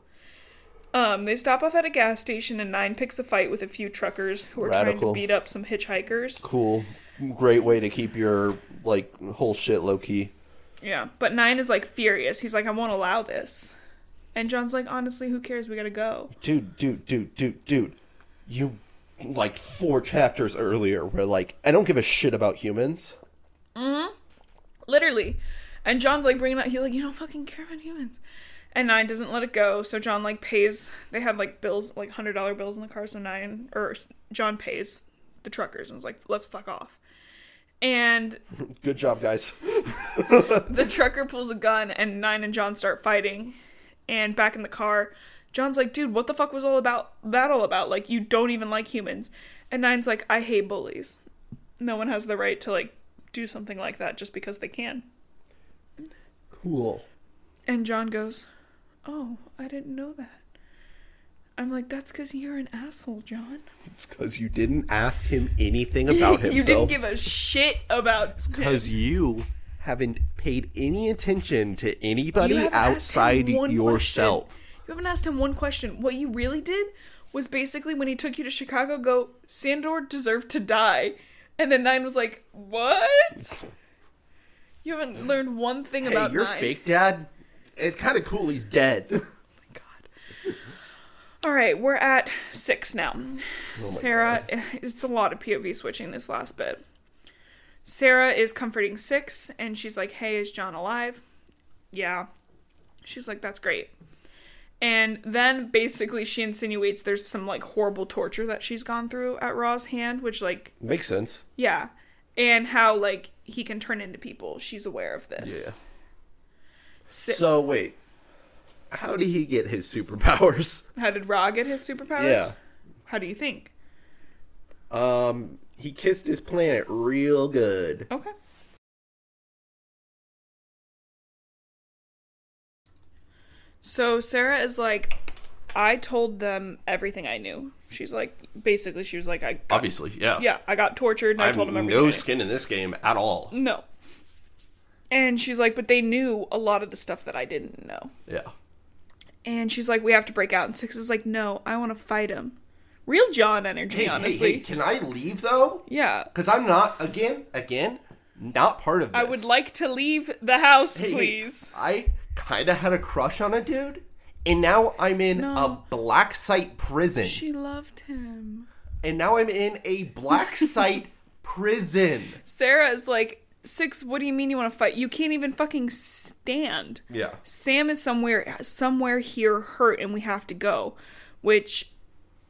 [SPEAKER 1] Um, they stop off at a gas station, and Nine picks a fight with a few truckers who are trying to
[SPEAKER 2] Radical.
[SPEAKER 1] beat up some hitchhikers.
[SPEAKER 2] Cool. Great way to keep your like whole shit low key.
[SPEAKER 1] Yeah, but Nine is like furious. He's like, I won't allow this. And John's like, honestly, who cares? We gotta go.
[SPEAKER 2] dude, dude, dude, dude, dude, you like four chapters earlier were like, I don't give a shit about humans.
[SPEAKER 1] Literally. And John's like bringing up, he's like, you don't fucking care about humans. And Nine doesn't let it go. So John like pays, they had like bills, like $100 bills in the car. So Nine, or s- John pays the truckers and is like, let's fuck off. And
[SPEAKER 2] Good job, guys.
[SPEAKER 1] the trucker pulls a gun and nine and john start fighting and back in the car john's like dude what the fuck was all about that all about like you don't even like humans and nine's like i hate bullies no one has the right to like do something like that just because they can
[SPEAKER 2] Cool.
[SPEAKER 1] and john goes oh i didn't know that i'm like that's because you're an asshole john
[SPEAKER 2] It's because you didn't ask him anything about himself.
[SPEAKER 1] you didn't give a shit about him.
[SPEAKER 2] Because you haven't paid any attention to anybody
[SPEAKER 1] You haven't asked him
[SPEAKER 2] outside
[SPEAKER 1] one
[SPEAKER 2] yourself.
[SPEAKER 1] question. You haven't asked him one question. What you really did was basically when he took you to Chicago, go, Sandor deserved to die. And then Nine was like, What? You haven't learned one thing
[SPEAKER 2] Hey,
[SPEAKER 1] about
[SPEAKER 2] your
[SPEAKER 1] Nine.
[SPEAKER 2] fake dad. It's kind of cool. He's dead.
[SPEAKER 1] God. All right, we're at six now.
[SPEAKER 2] Oh
[SPEAKER 1] Sarah, it's a lot of POV switching this last bit. Sarah is comforting six, and she's like, Hey, is John alive? Yeah. She's like, That's great. And then basically, she insinuates there's some like horrible torture that she's gone through at Ra's hand, which, like,
[SPEAKER 2] Makes sense.
[SPEAKER 1] yeah. And how, like, he can turn into people. She's aware of this.
[SPEAKER 2] Yeah.
[SPEAKER 1] Si-
[SPEAKER 2] So wait, how did he get his superpowers?
[SPEAKER 1] how did Ra get his superpowers?
[SPEAKER 2] Yeah.
[SPEAKER 1] How do you think?
[SPEAKER 2] Um, he kissed his planet real good.
[SPEAKER 1] Okay. So Sarah is like, I told them everything I knew. She's like, basically, she was like, I got,
[SPEAKER 2] Obviously, yeah.
[SPEAKER 1] yeah, I got tortured and I,
[SPEAKER 2] I have
[SPEAKER 1] told them everything. I
[SPEAKER 2] no
[SPEAKER 1] knew."
[SPEAKER 2] skin in this game at all.
[SPEAKER 1] No. And she's like, but they knew a lot of the stuff that I didn't know.
[SPEAKER 2] Yeah.
[SPEAKER 1] And she's like, we have to break out. And Six is like, no, I want to fight him. Real John energy,
[SPEAKER 2] Hey,
[SPEAKER 1] honestly.
[SPEAKER 2] hey, hey, can I leave though?
[SPEAKER 1] Yeah.
[SPEAKER 2] Because I'm not again, again, not part of this.
[SPEAKER 1] I would like to leave the house,
[SPEAKER 2] Hey,
[SPEAKER 1] please.
[SPEAKER 2] I kind of had a crush on a dude, and now I'm in
[SPEAKER 1] No.
[SPEAKER 2] a black site prison,
[SPEAKER 1] She loved him.
[SPEAKER 2] and now I'm in a black site prison.
[SPEAKER 1] Sarah is like, Six, what do you mean you want to fight? You can't even fucking stand.
[SPEAKER 2] Yeah.
[SPEAKER 1] Sam is somewhere somewhere here hurt and we have to go. Which,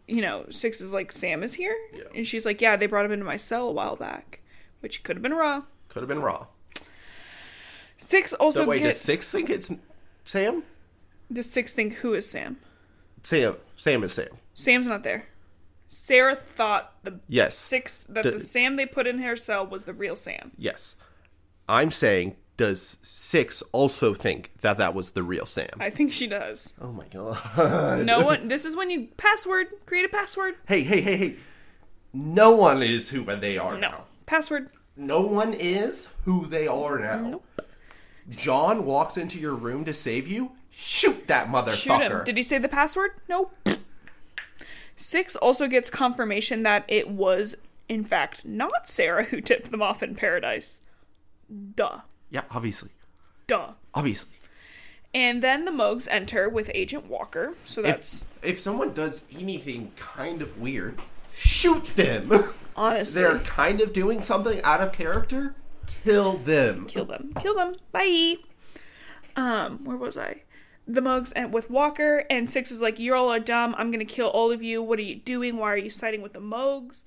[SPEAKER 1] you know, Six is like, Sam is here?
[SPEAKER 2] Yeah.
[SPEAKER 1] And she's like, Yeah, they brought him into my cell a while back. Which could have been raw.
[SPEAKER 2] Could have been raw.
[SPEAKER 1] Six
[SPEAKER 2] So,
[SPEAKER 1] also
[SPEAKER 2] wait, does
[SPEAKER 1] gets
[SPEAKER 2] Six think it's Sam?
[SPEAKER 1] does Six think who is Sam?
[SPEAKER 2] Sam. Sam is Sam.
[SPEAKER 1] Sam's not there. Sarah thought the
[SPEAKER 2] Yes.
[SPEAKER 1] six that
[SPEAKER 2] D-
[SPEAKER 1] the Sam they put in her cell was the real Sam.
[SPEAKER 2] Yes. I'm saying, does Six also think that that was the real Sam?
[SPEAKER 1] I think she does.
[SPEAKER 2] oh my god.
[SPEAKER 1] No one. This is when you password create a password.
[SPEAKER 2] Hey, hey, hey, hey. No one is who they are
[SPEAKER 1] No
[SPEAKER 2] now.
[SPEAKER 1] password.
[SPEAKER 2] No one is who they are now. John walks into your room to save you. Shoot that
[SPEAKER 1] Shoot
[SPEAKER 2] motherfucker.
[SPEAKER 1] him. Did he say the password? Nope. Six also gets confirmation that it was, in fact, not Sarah who tipped them off in paradise. Duh.
[SPEAKER 2] yeah, obviously.
[SPEAKER 1] Duh.
[SPEAKER 2] Obviously.
[SPEAKER 1] And then the Moogs enter with Agent Walker. So that's
[SPEAKER 2] If, if someone does anything kind of weird, shoot them.
[SPEAKER 1] honestly
[SPEAKER 2] They're kind of doing something out of character, kill them.
[SPEAKER 1] kill them. Kill them. Bye. Um, where was I? The mugs and with Walker and Six is like, You're all are dumb, I'm gonna kill all of you. What are you doing? Why are you siding with the Mogs?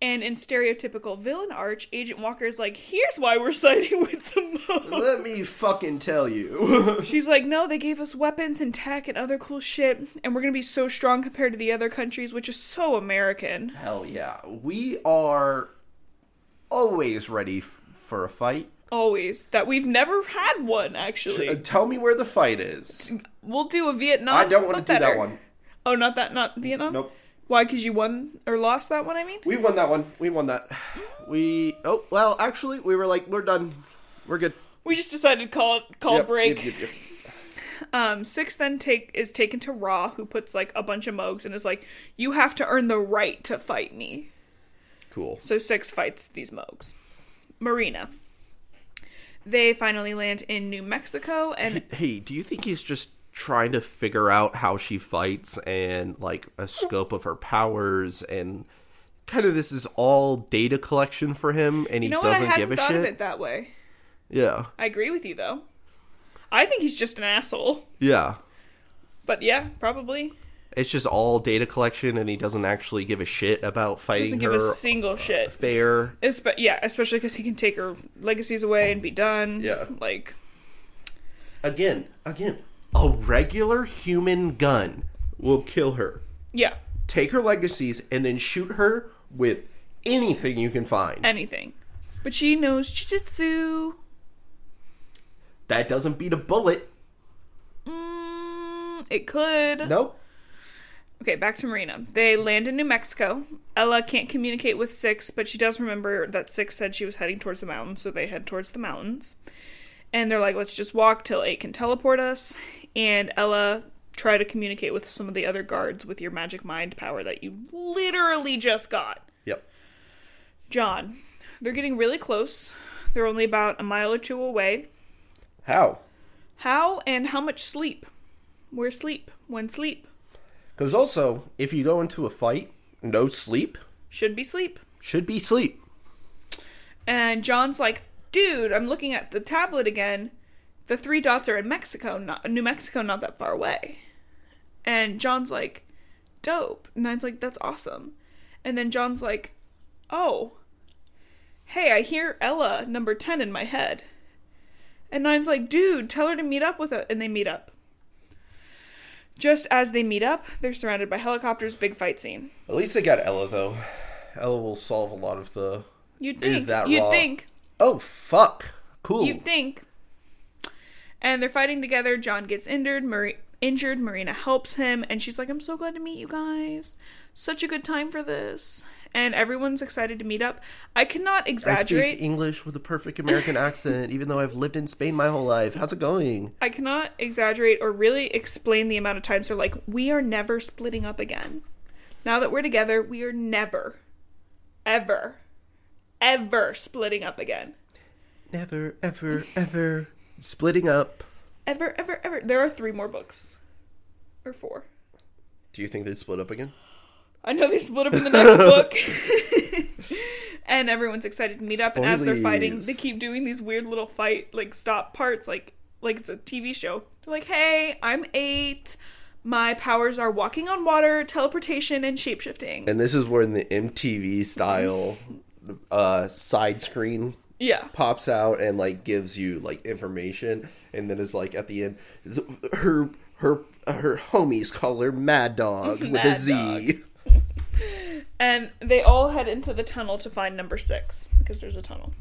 [SPEAKER 1] And in stereotypical villain arch, Agent Walker is like, Here's why we're siding with the Mogs.
[SPEAKER 2] Let me fucking tell you.
[SPEAKER 1] She's like, No, they gave us weapons and tech and other cool shit, and we're gonna be so strong compared to the other countries, which is so American.
[SPEAKER 2] Hell yeah. We are always ready f- for a fight.
[SPEAKER 1] Always. That we've never had one,
[SPEAKER 2] Uh,
[SPEAKER 1] actually.
[SPEAKER 2] Tell me where the fight is.
[SPEAKER 1] We'll do a Vietnam.
[SPEAKER 2] I don't want
[SPEAKER 1] but
[SPEAKER 2] to do that
[SPEAKER 1] better.
[SPEAKER 2] one.
[SPEAKER 1] Oh, not that, not Vietnam.
[SPEAKER 2] Nope.
[SPEAKER 1] Why? Because you won or lost that one. I mean.
[SPEAKER 2] We won that one. We won that. We oh well, actually, we were like, we're done. We're good.
[SPEAKER 1] We just decided to call it call
[SPEAKER 2] Yep,
[SPEAKER 1] a break.
[SPEAKER 2] yep, yep, yep.
[SPEAKER 1] Um, six then take is taken to Raw, who puts like a bunch of mogs and is like, "You have to earn the right to fight me."
[SPEAKER 2] Cool.
[SPEAKER 1] So six fights these mogs. Marina. They finally land in New Mexico, and
[SPEAKER 2] Hey, do you think he's just trying to figure out how she fights and like a scope of her powers and kind of this is all data collection for him and he
[SPEAKER 1] you know what? I
[SPEAKER 2] doesn't
[SPEAKER 1] hadn't
[SPEAKER 2] give a
[SPEAKER 1] thought
[SPEAKER 2] shit?
[SPEAKER 1] of it that way.
[SPEAKER 2] Yeah.
[SPEAKER 1] I agree with you though. I think he's just an asshole.
[SPEAKER 2] Yeah.
[SPEAKER 1] But yeah, probably
[SPEAKER 2] It's just all data collection and he doesn't actually give a shit about
[SPEAKER 1] doesn't
[SPEAKER 2] fighting
[SPEAKER 1] give
[SPEAKER 2] her
[SPEAKER 1] a single shit.
[SPEAKER 2] fair.
[SPEAKER 1] Espe- yeah, especially because he can take her legacies away and be done.
[SPEAKER 2] Yeah.
[SPEAKER 1] Like,
[SPEAKER 2] Again, again, a regular human gun will kill her.
[SPEAKER 1] yeah,
[SPEAKER 2] take her legacies and then shoot her with anything you can find.
[SPEAKER 1] anything. But she knows jujitsu.
[SPEAKER 2] that doesn't beat a bullet.
[SPEAKER 1] Mm, it could.
[SPEAKER 2] Nope.
[SPEAKER 1] Okay, back to Marina. They land in New Mexico. Ella can't communicate with Six, but she does remember that Six said she was heading towards the mountains, so they head towards the mountains. And they're like, let's just walk till Eight can teleport us. And Ella, try to communicate with some of the other guards with your magic mind power that you literally just got.
[SPEAKER 2] Yep.
[SPEAKER 1] John. They're getting really close. They're only about a mile or two away.
[SPEAKER 2] How?
[SPEAKER 1] How and how much sleep? Where sleep? When sleep?
[SPEAKER 2] Because also, if you go into a fight, no sleep
[SPEAKER 1] Should be sleep.
[SPEAKER 2] should be sleep.
[SPEAKER 1] And John's like, dude, I'm looking at the tablet again. The three dots are in Mexico, not New Mexico, not that far away. And John's like, dope. And Nine's like, that's awesome. And then John's like, oh, hey, I hear Ella number 10 in my head. And Nine's like, dude, tell her to meet up with us. And they meet up. Just as they meet up, they're surrounded by helicopters, big fight scene.
[SPEAKER 2] At least they got Ella though. Ella will solve a lot of the.
[SPEAKER 1] You'd
[SPEAKER 2] Is
[SPEAKER 1] think.
[SPEAKER 2] that
[SPEAKER 1] you'd
[SPEAKER 2] raw?
[SPEAKER 1] think.
[SPEAKER 2] Oh fuck! Cool.
[SPEAKER 1] You'd think. And they're fighting together. John gets injured. Mari- injured. Marina helps him, and she's like, "I'm so glad to meet you guys. Such a good time for this." and everyone's excited to meet up. I cannot
[SPEAKER 2] I speak
[SPEAKER 1] exaggerate.
[SPEAKER 2] English with a perfect American accent, even though I've lived in Spain my whole life. How's it going?
[SPEAKER 1] I cannot exaggerate or really explain the amount of times they're like, we are never splitting up again. Now that we're together, we are never, ever, ever splitting up again.
[SPEAKER 2] Never, ever, ever splitting up.
[SPEAKER 1] Ever, ever, ever. There are three more books. Or four.
[SPEAKER 2] Do you think they split up again?
[SPEAKER 1] I know they split up in the next book. and everyone's excited to meet up and as they're fighting,
[SPEAKER 2] Spoilies.
[SPEAKER 1] they keep doing these weird little fight like stop parts like like it's a TV show. They're like, "Hey, I'm 8. My powers are walking on water, teleportation and shapeshifting."
[SPEAKER 2] And this is where the MTV style uh, side screen
[SPEAKER 1] yeah.
[SPEAKER 2] pops out and like gives you like information, and then is like at the end, th- her her her homies call her Mad Dog with a
[SPEAKER 1] Mad
[SPEAKER 2] Z.
[SPEAKER 1] And they all head into the tunnel to find number 6 because there's a tunnel.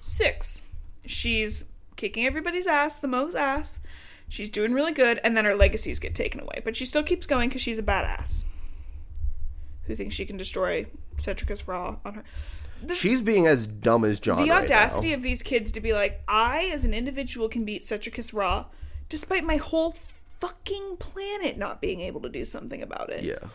[SPEAKER 1] 6. She's kicking everybody's ass, the Moe's ass. She's doing really good and then her legacies get taken away, but she still keeps going cuz she's a badass. Who thinks she can destroy Cetricus Raw on her?
[SPEAKER 2] She's being as dumb as John.
[SPEAKER 1] The
[SPEAKER 2] right
[SPEAKER 1] audacity
[SPEAKER 2] now.
[SPEAKER 1] of these kids to be like, "I as an individual can beat Cetricus Raw despite my whole fucking planet not being able to do something about it."
[SPEAKER 2] yeah.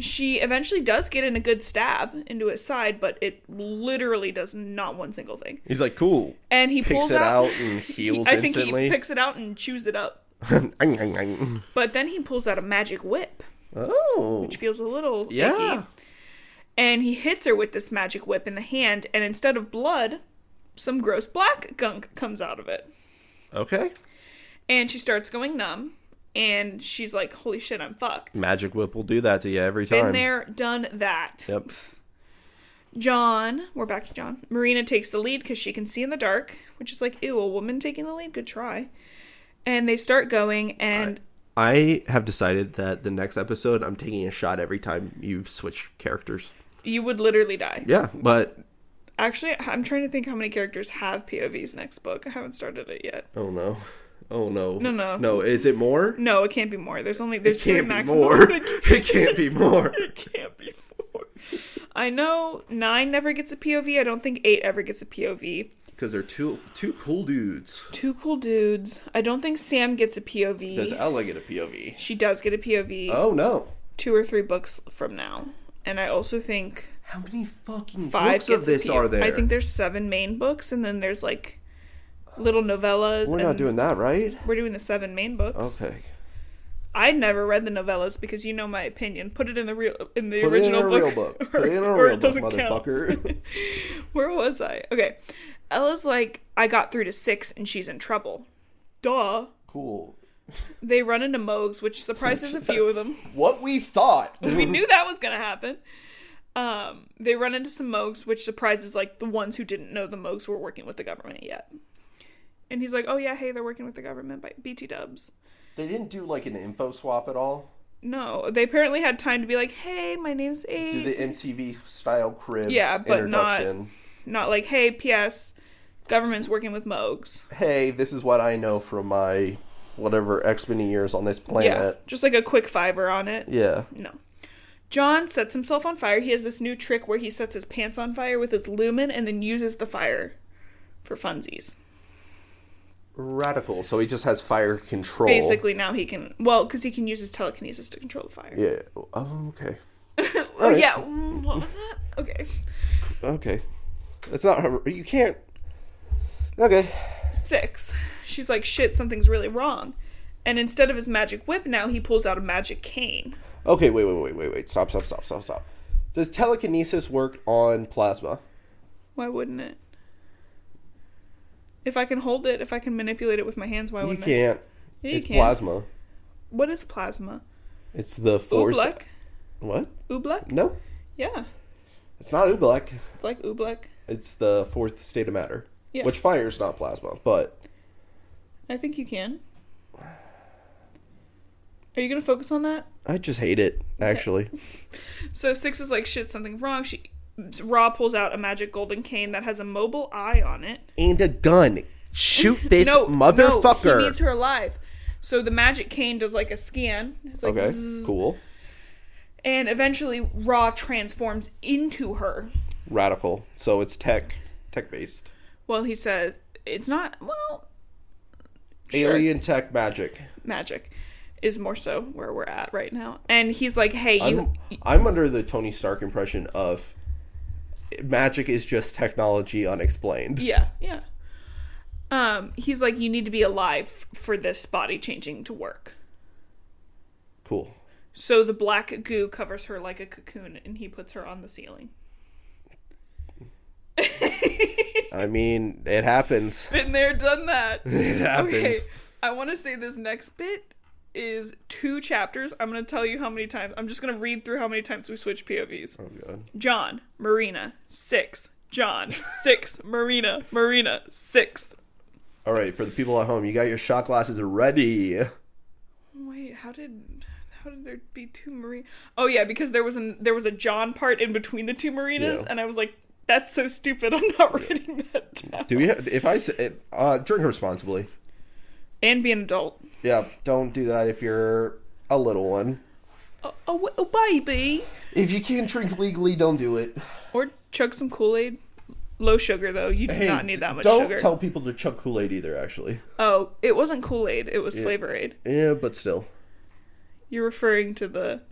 [SPEAKER 1] she eventually does get in a good stab into his side, but it literally does not one single thing.
[SPEAKER 2] He's like cool.
[SPEAKER 1] And he
[SPEAKER 2] Picks
[SPEAKER 1] pulls
[SPEAKER 2] it
[SPEAKER 1] out,
[SPEAKER 2] out and heals
[SPEAKER 1] I think
[SPEAKER 2] instantly.
[SPEAKER 1] he picks it out and chews it up. But then he pulls out a magic whip,
[SPEAKER 2] oh,
[SPEAKER 1] which feels a little
[SPEAKER 2] yeah.
[SPEAKER 1] icky. And he hits her with this magic whip in the hand, and instead of blood, some gross black gunk comes out of it.
[SPEAKER 2] Okay.
[SPEAKER 1] And she starts going numb, and she's like, "Holy shit, I'm fucked."
[SPEAKER 2] Magic Whip will do that to you every time.
[SPEAKER 1] Been there, done that.
[SPEAKER 2] Yep.
[SPEAKER 1] John, we're back to John. Marina takes the lead because she can see in the dark, which is like, ew, a woman taking the lead. Good try. And they start going, and
[SPEAKER 2] I have decided that the next episode, I'm taking a shot every time you switch characters.
[SPEAKER 1] you would literally die.
[SPEAKER 2] Yeah, but
[SPEAKER 1] Actually, I'm trying to think how many characters have POVs next book. I haven't started it yet.
[SPEAKER 2] oh no, oh no,
[SPEAKER 1] No, no.
[SPEAKER 2] no. Is it more?
[SPEAKER 1] No, it can't be more. There's only there's
[SPEAKER 2] it
[SPEAKER 1] three
[SPEAKER 2] can't be
[SPEAKER 1] maximum.
[SPEAKER 2] more.
[SPEAKER 1] it
[SPEAKER 2] it can't be more.
[SPEAKER 1] can't be more. I know nine never gets a POV. I don't think eight ever gets a POV.
[SPEAKER 2] Because they're two two cool dudes.
[SPEAKER 1] Two cool dudes. I don't think Sam gets a POV.
[SPEAKER 2] Does Ella get a POV?
[SPEAKER 1] she does get a POV.
[SPEAKER 2] Oh no.
[SPEAKER 1] two or three books from now. And I also think
[SPEAKER 2] How many fucking
[SPEAKER 1] five
[SPEAKER 2] books of
[SPEAKER 1] gets a
[SPEAKER 2] this
[SPEAKER 1] P-
[SPEAKER 2] are there?
[SPEAKER 1] I think there's seven main books, and then there's like little novellas.
[SPEAKER 2] we're not
[SPEAKER 1] and
[SPEAKER 2] doing that, right?
[SPEAKER 1] We're doing the seven main books.
[SPEAKER 2] Okay.
[SPEAKER 1] I never read the novellas because you know my opinion. Put it in the real in the
[SPEAKER 2] Put it in
[SPEAKER 1] original
[SPEAKER 2] a
[SPEAKER 1] book.
[SPEAKER 2] real book. Put
[SPEAKER 1] or-
[SPEAKER 2] it in a
[SPEAKER 1] or
[SPEAKER 2] real book,
[SPEAKER 1] doesn't count.
[SPEAKER 2] motherfucker.
[SPEAKER 1] Where was I? Okay, Ella's like I got through to six, and she's in trouble. Duh.
[SPEAKER 2] cool.
[SPEAKER 1] They run into Moogs, which surprises a few of them.
[SPEAKER 2] What we thought.
[SPEAKER 1] we knew that was gonna happen. Um, they run into some Moogs, which surprises like the ones who didn't know the Moogs were working with the government yet. And he's like, "Oh yeah, hey, they're working with the government by BT Dubs."
[SPEAKER 2] They didn't do like an info swap at all.
[SPEAKER 1] No, they apparently had time to be like, "Hey, my name's
[SPEAKER 2] Do
[SPEAKER 1] Eight.
[SPEAKER 2] the MTV style cribs
[SPEAKER 1] Mm. Yeah, but not-
[SPEAKER 2] introduction.
[SPEAKER 1] Not like, "Hey, P.S. Government's working with Moogs."
[SPEAKER 2] Hey, this is what I know from my whatever X many years on this
[SPEAKER 1] Yeah,
[SPEAKER 2] planet.
[SPEAKER 1] just like a quick fiber on it.
[SPEAKER 2] Yeah.
[SPEAKER 1] No. John sets himself on fire. He has this new trick where he sets his pants on fire with his lumen and then uses the fire for funsies.
[SPEAKER 2] Radical. So he just has fire control.
[SPEAKER 1] basically now he can well because he can use his telekinesis to control the fire
[SPEAKER 2] Yeah. Oh, okay.
[SPEAKER 1] oh yeah mm, what was that okay
[SPEAKER 2] Okay. It's not her. You can't. Okay.
[SPEAKER 1] six she's like shit something's really wrong and instead of his magic whip now he pulls out a magic cane
[SPEAKER 2] Okay. Wait. Wait. Wait. Wait. Wait. Stop. Stop. Stop. Stop. Stop. Does telekinesis work on plasma?
[SPEAKER 1] why wouldn't it if i can hold it if i can manipulate it with my hands why
[SPEAKER 2] You
[SPEAKER 1] wouldn't i
[SPEAKER 2] can't.
[SPEAKER 1] Yeah, you
[SPEAKER 2] it's
[SPEAKER 1] can.
[SPEAKER 2] plasma.
[SPEAKER 1] what is plasma
[SPEAKER 2] It's the force.
[SPEAKER 1] oobleck
[SPEAKER 2] What?
[SPEAKER 1] oobleck
[SPEAKER 2] No.
[SPEAKER 1] yeah
[SPEAKER 2] It's not oobleck.
[SPEAKER 1] it's like oobleck
[SPEAKER 2] It's the fourth state of matter.
[SPEAKER 1] Yeah.
[SPEAKER 2] Which fire is not plasma, but
[SPEAKER 1] i think you can are you gonna focus on that
[SPEAKER 2] I just hate it, actually.
[SPEAKER 1] So six is like shit, something wrong. She Ra pulls out a magic golden cane that has a mobile eye on it.
[SPEAKER 2] and a gun. Shoot this
[SPEAKER 1] no,
[SPEAKER 2] motherfucker.
[SPEAKER 1] No, he needs her alive. So the magic cane does like a scan. It's like
[SPEAKER 2] okay,
[SPEAKER 1] zzz,
[SPEAKER 2] cool.
[SPEAKER 1] and eventually Ra transforms into her.
[SPEAKER 2] Radical. So it's tech, tech based.
[SPEAKER 1] Well, he says it's not well Sure.
[SPEAKER 2] Alien tech magic.
[SPEAKER 1] magic is more so where we're at right now. And he's like, "Hey, you
[SPEAKER 2] I'm, I'm under the Tony Stark impression of magic is just technology unexplained.
[SPEAKER 1] Yeah, yeah. Um, he's like, you need to be alive for this body changing to work.
[SPEAKER 2] Cool.
[SPEAKER 1] So the black goo covers her like a cocoon, and he puts her on the ceiling.
[SPEAKER 2] I mean, it happens.
[SPEAKER 1] Been there, done that.
[SPEAKER 2] It happens.
[SPEAKER 1] Okay, I want to say this next bit is two chapters. I'm gonna tell you how many times. I'm just gonna read through how many times we switch POVs.
[SPEAKER 2] Oh, God.
[SPEAKER 1] John, Marina, six. John, six. Marina, Marina, six.
[SPEAKER 2] All right, for the people at home, you got your shot glasses ready.
[SPEAKER 1] Wait, how did how did there be two Marina? Oh yeah, because there was an there was a John part in between the two Marinas,
[SPEAKER 2] Yeah.
[SPEAKER 1] and I was like, that's so stupid. I'm not writing that down.
[SPEAKER 2] Do we? Have, if I say, uh, drink responsibly.
[SPEAKER 1] and be an adult.
[SPEAKER 2] Yeah, don't do that if you're a little one.
[SPEAKER 1] Oh, oh, oh, baby,
[SPEAKER 2] If you can't drink legally, don't do it.
[SPEAKER 1] or chug some Kool Aid. Low sugar though. You do not need that much
[SPEAKER 2] don't
[SPEAKER 1] sugar.
[SPEAKER 2] tell people to chug Kool Aid either. Actually,
[SPEAKER 1] oh, it wasn't Kool Aid. It was Flavor Aid.
[SPEAKER 2] yeah, but still,
[SPEAKER 1] You're referring to the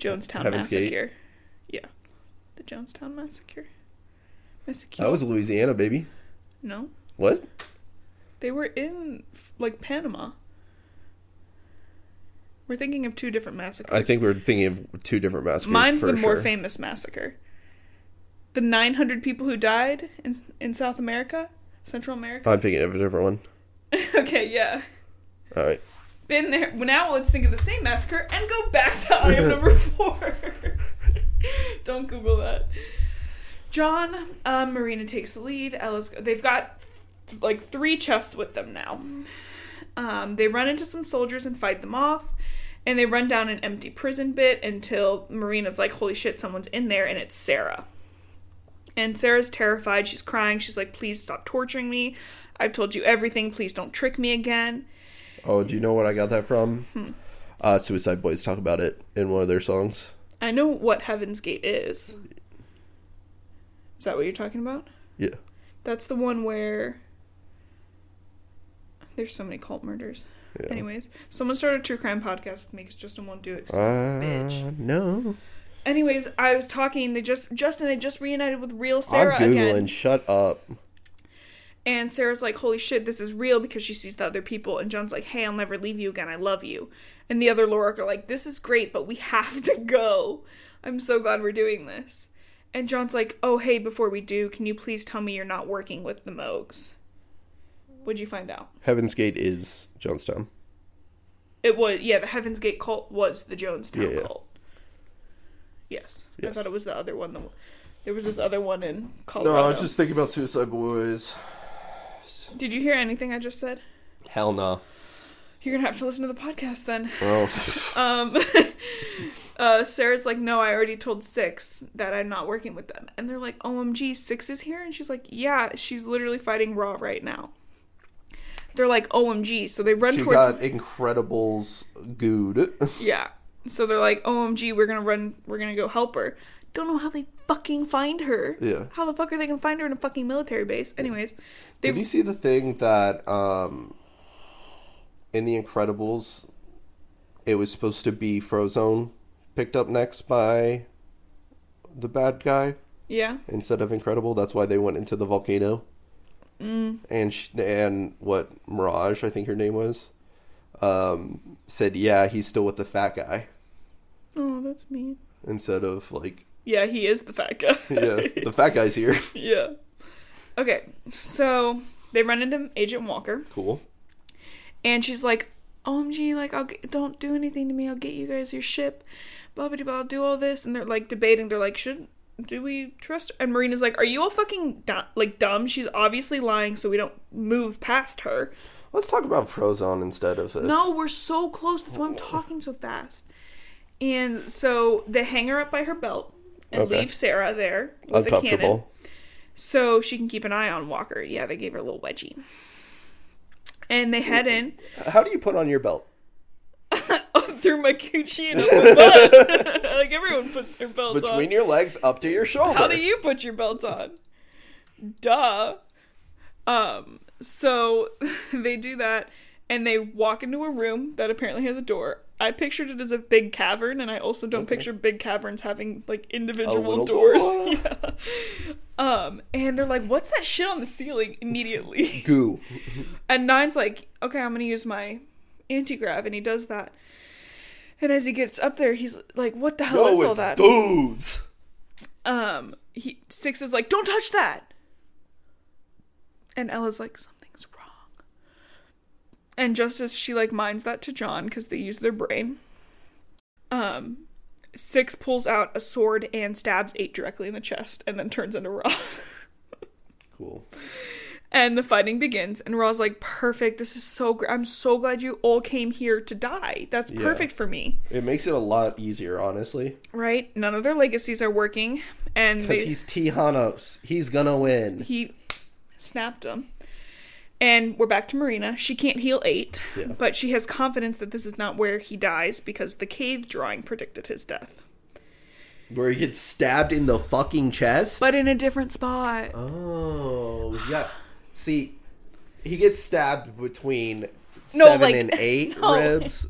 [SPEAKER 1] Jonestown
[SPEAKER 2] Heaven's Gate.
[SPEAKER 1] massacre. Yeah, the Jonestown massacre. Massacre.
[SPEAKER 2] that was Louisiana, baby.
[SPEAKER 1] no,
[SPEAKER 2] What?
[SPEAKER 1] They were in like Panama. We're thinking of two different massacres.
[SPEAKER 2] I think we're thinking of two different massacres.
[SPEAKER 1] mine's the
[SPEAKER 2] for
[SPEAKER 1] more
[SPEAKER 2] sure.
[SPEAKER 1] famous massacre. The 900 people who died in in South America, Central America.
[SPEAKER 2] I'm thinking of a different one.
[SPEAKER 1] okay, yeah.
[SPEAKER 2] All right.
[SPEAKER 1] Been there. Well, now let's think of the same massacre and go back to item number 4. Don't google that. John, um, Marina takes the lead. Ella's they've got like three chests with them now. Um, they run into some soldiers and fight them off, and they run down an empty prison bit until Marina's like, "Holy shit, someone's in there!" and it's Sarah. And Sarah's terrified. She's crying. She's like, "Please stop torturing me. I've told you everything. Please don't trick me again."
[SPEAKER 2] Oh, do you know what I got that from?
[SPEAKER 1] Hmm.
[SPEAKER 2] Uh, Suicide Boys talk about it in one of their songs.
[SPEAKER 1] I know what Heaven's Gate is. Is that what you're talking about?
[SPEAKER 2] Yeah.
[SPEAKER 1] That's the one where there's so many cult murders.
[SPEAKER 2] Yeah.
[SPEAKER 1] Anyways, someone started a true crime podcast with me because Justin won't do it. 'cause he's a
[SPEAKER 2] Uh,
[SPEAKER 1] bitch.
[SPEAKER 2] no.
[SPEAKER 1] Anyways, I was talking. They just Justin. They just reunited with real
[SPEAKER 2] I'm
[SPEAKER 1] Sarah
[SPEAKER 2] googling.
[SPEAKER 1] again.
[SPEAKER 2] Shut up.
[SPEAKER 1] And Sarah's like, "Holy shit, this is real," because she sees the other people. And John's like, "Hey, I'll never leave you again. I love you." And the other Lorik are like, "This is great, but we have to go. I'm so glad we're doing this." And John's like, "Oh, hey, before we do, can you please tell me you're not working with the Moogs?" What'd you find out?
[SPEAKER 2] Heaven's Gate is Johnstown.
[SPEAKER 1] It was yeah, the Heaven's Gate cult was the Jonestown
[SPEAKER 2] Yeah, yeah.
[SPEAKER 1] cult. Yes. I
[SPEAKER 2] Yes.
[SPEAKER 1] thought it was the other one. The, there was this other one in
[SPEAKER 2] No,
[SPEAKER 1] Colorado.
[SPEAKER 2] I was just thinking about Suicide Boys.
[SPEAKER 1] Did you hear anything I just said?
[SPEAKER 2] Hell no.
[SPEAKER 1] You're gonna have to listen to the podcast then.
[SPEAKER 2] Oh.
[SPEAKER 1] Um, uh, Sarah's like, no, I already told Six that I'm not working with them, and they're like, OMG, Six is here, and she's like, yeah, she's literally fighting Raw right now. They're like, OMG, so they run
[SPEAKER 2] she
[SPEAKER 1] towards
[SPEAKER 2] got Incredibles good.
[SPEAKER 1] yeah. So they're like, OMG, we're gonna run, we're gonna go help her. Don't know how they fucking find her.
[SPEAKER 2] Yeah.
[SPEAKER 1] How the fuck are they gonna find her in a fucking military base? Anyways, they
[SPEAKER 2] Did you see the thing that um in the Incredibles it was supposed to be Frozone picked up next by the bad guy
[SPEAKER 1] yeah.
[SPEAKER 2] instead of Incredible? That's why they went into the volcano. Mm. And sh and what Mirage, I think her name was, um, said, "Yeah, he's still with the fat guy."
[SPEAKER 1] Oh, that's mean.
[SPEAKER 2] instead of like
[SPEAKER 1] Yeah, he is the fat guy.
[SPEAKER 2] yeah the fat guy's here
[SPEAKER 1] yeah. Okay, so they run into Agent Walker,
[SPEAKER 2] cool
[SPEAKER 1] and she's like, "OMG, like, I'll get, don't do anything to me. I'll get you guys your ship. Blah blah blah. I'll do all this." And they're like debating. They're like, "Should do we trust?" her?" And Marina's like, "Are you all fucking du- like dumb? She's obviously lying, so we don't move past her."
[SPEAKER 2] let's talk about frozone instead of this
[SPEAKER 1] No, we're so close. That's why I'm talking so fast. And so they hang her up by her belt and
[SPEAKER 2] Okay.
[SPEAKER 1] leave Sarah there with a cannon.
[SPEAKER 2] uncomfortable
[SPEAKER 1] so she can keep an eye on Walker. Yeah, they gave her a little wedgie. And they head in.
[SPEAKER 2] how do you put on your belt
[SPEAKER 1] up through my coochie and up my butt. like everyone puts their belts on.
[SPEAKER 2] Between your legs up to your shoulder.
[SPEAKER 1] How do you put your belt on? Duh. Um, so they do that and they walk into a room that apparently has a door. I pictured it as a big cavern, and I also don't picture big caverns having like individual
[SPEAKER 2] little
[SPEAKER 1] doors.
[SPEAKER 2] door.
[SPEAKER 1] Yeah. Um, and they're like, What's that shit on the ceiling? immediately.
[SPEAKER 2] Goo.
[SPEAKER 1] And Nine's like, okay, I'm gonna use my anti grav, and he does that. And as he gets up there, he's like, what the hell is
[SPEAKER 2] No,
[SPEAKER 1] all
[SPEAKER 2] it's
[SPEAKER 1] Oh, that?
[SPEAKER 2] dudes.
[SPEAKER 1] um, he Six is like, don't touch that. And Ella's like, something's wrong. And just as she like minds that to John because they use their brain, um, Six pulls out a sword and stabs Eight directly in the chest, and then turns into Ra.
[SPEAKER 2] Cool.
[SPEAKER 1] And the fighting begins, and Ra's like, "Perfect. This is so great. I'm so glad you all came here to die. That's perfect for me,
[SPEAKER 2] It makes it a lot easier, honestly.
[SPEAKER 1] right? None of their legacies are working, and
[SPEAKER 2] Because
[SPEAKER 1] they,
[SPEAKER 2] he's Tijanos. He's gonna win.
[SPEAKER 1] he snapped him. And we're back to Marina. She can't heal eight, but she has confidence that this is not where he dies because the cave drawing predicted his death,
[SPEAKER 2] Where he gets stabbed in the fucking chest.
[SPEAKER 1] but in a different spot.
[SPEAKER 2] Oh, yeah. See, he gets stabbed between
[SPEAKER 1] No,
[SPEAKER 2] seven
[SPEAKER 1] like-
[SPEAKER 2] and eight
[SPEAKER 1] no.
[SPEAKER 2] ribs.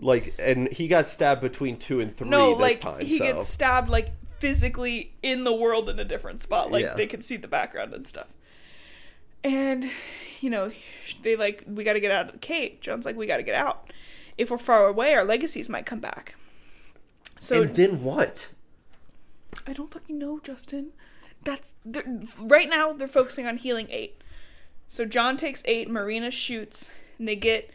[SPEAKER 2] Like, and he got stabbed between two and three
[SPEAKER 1] no,
[SPEAKER 2] this
[SPEAKER 1] like
[SPEAKER 2] time.
[SPEAKER 1] he
[SPEAKER 2] so
[SPEAKER 1] gets stabbed like physically in the world in a different spot. Like
[SPEAKER 2] Yeah.
[SPEAKER 1] they can see the background and stuff. And you know, they like we got to get out of the cave. John's like we got to get out. If we're far away, our legacies might come back. So
[SPEAKER 2] and then what?
[SPEAKER 1] I don't fucking know, Justin. That's they're- right now they're focusing on healing eight. So John takes eight, Marina shoots, and they get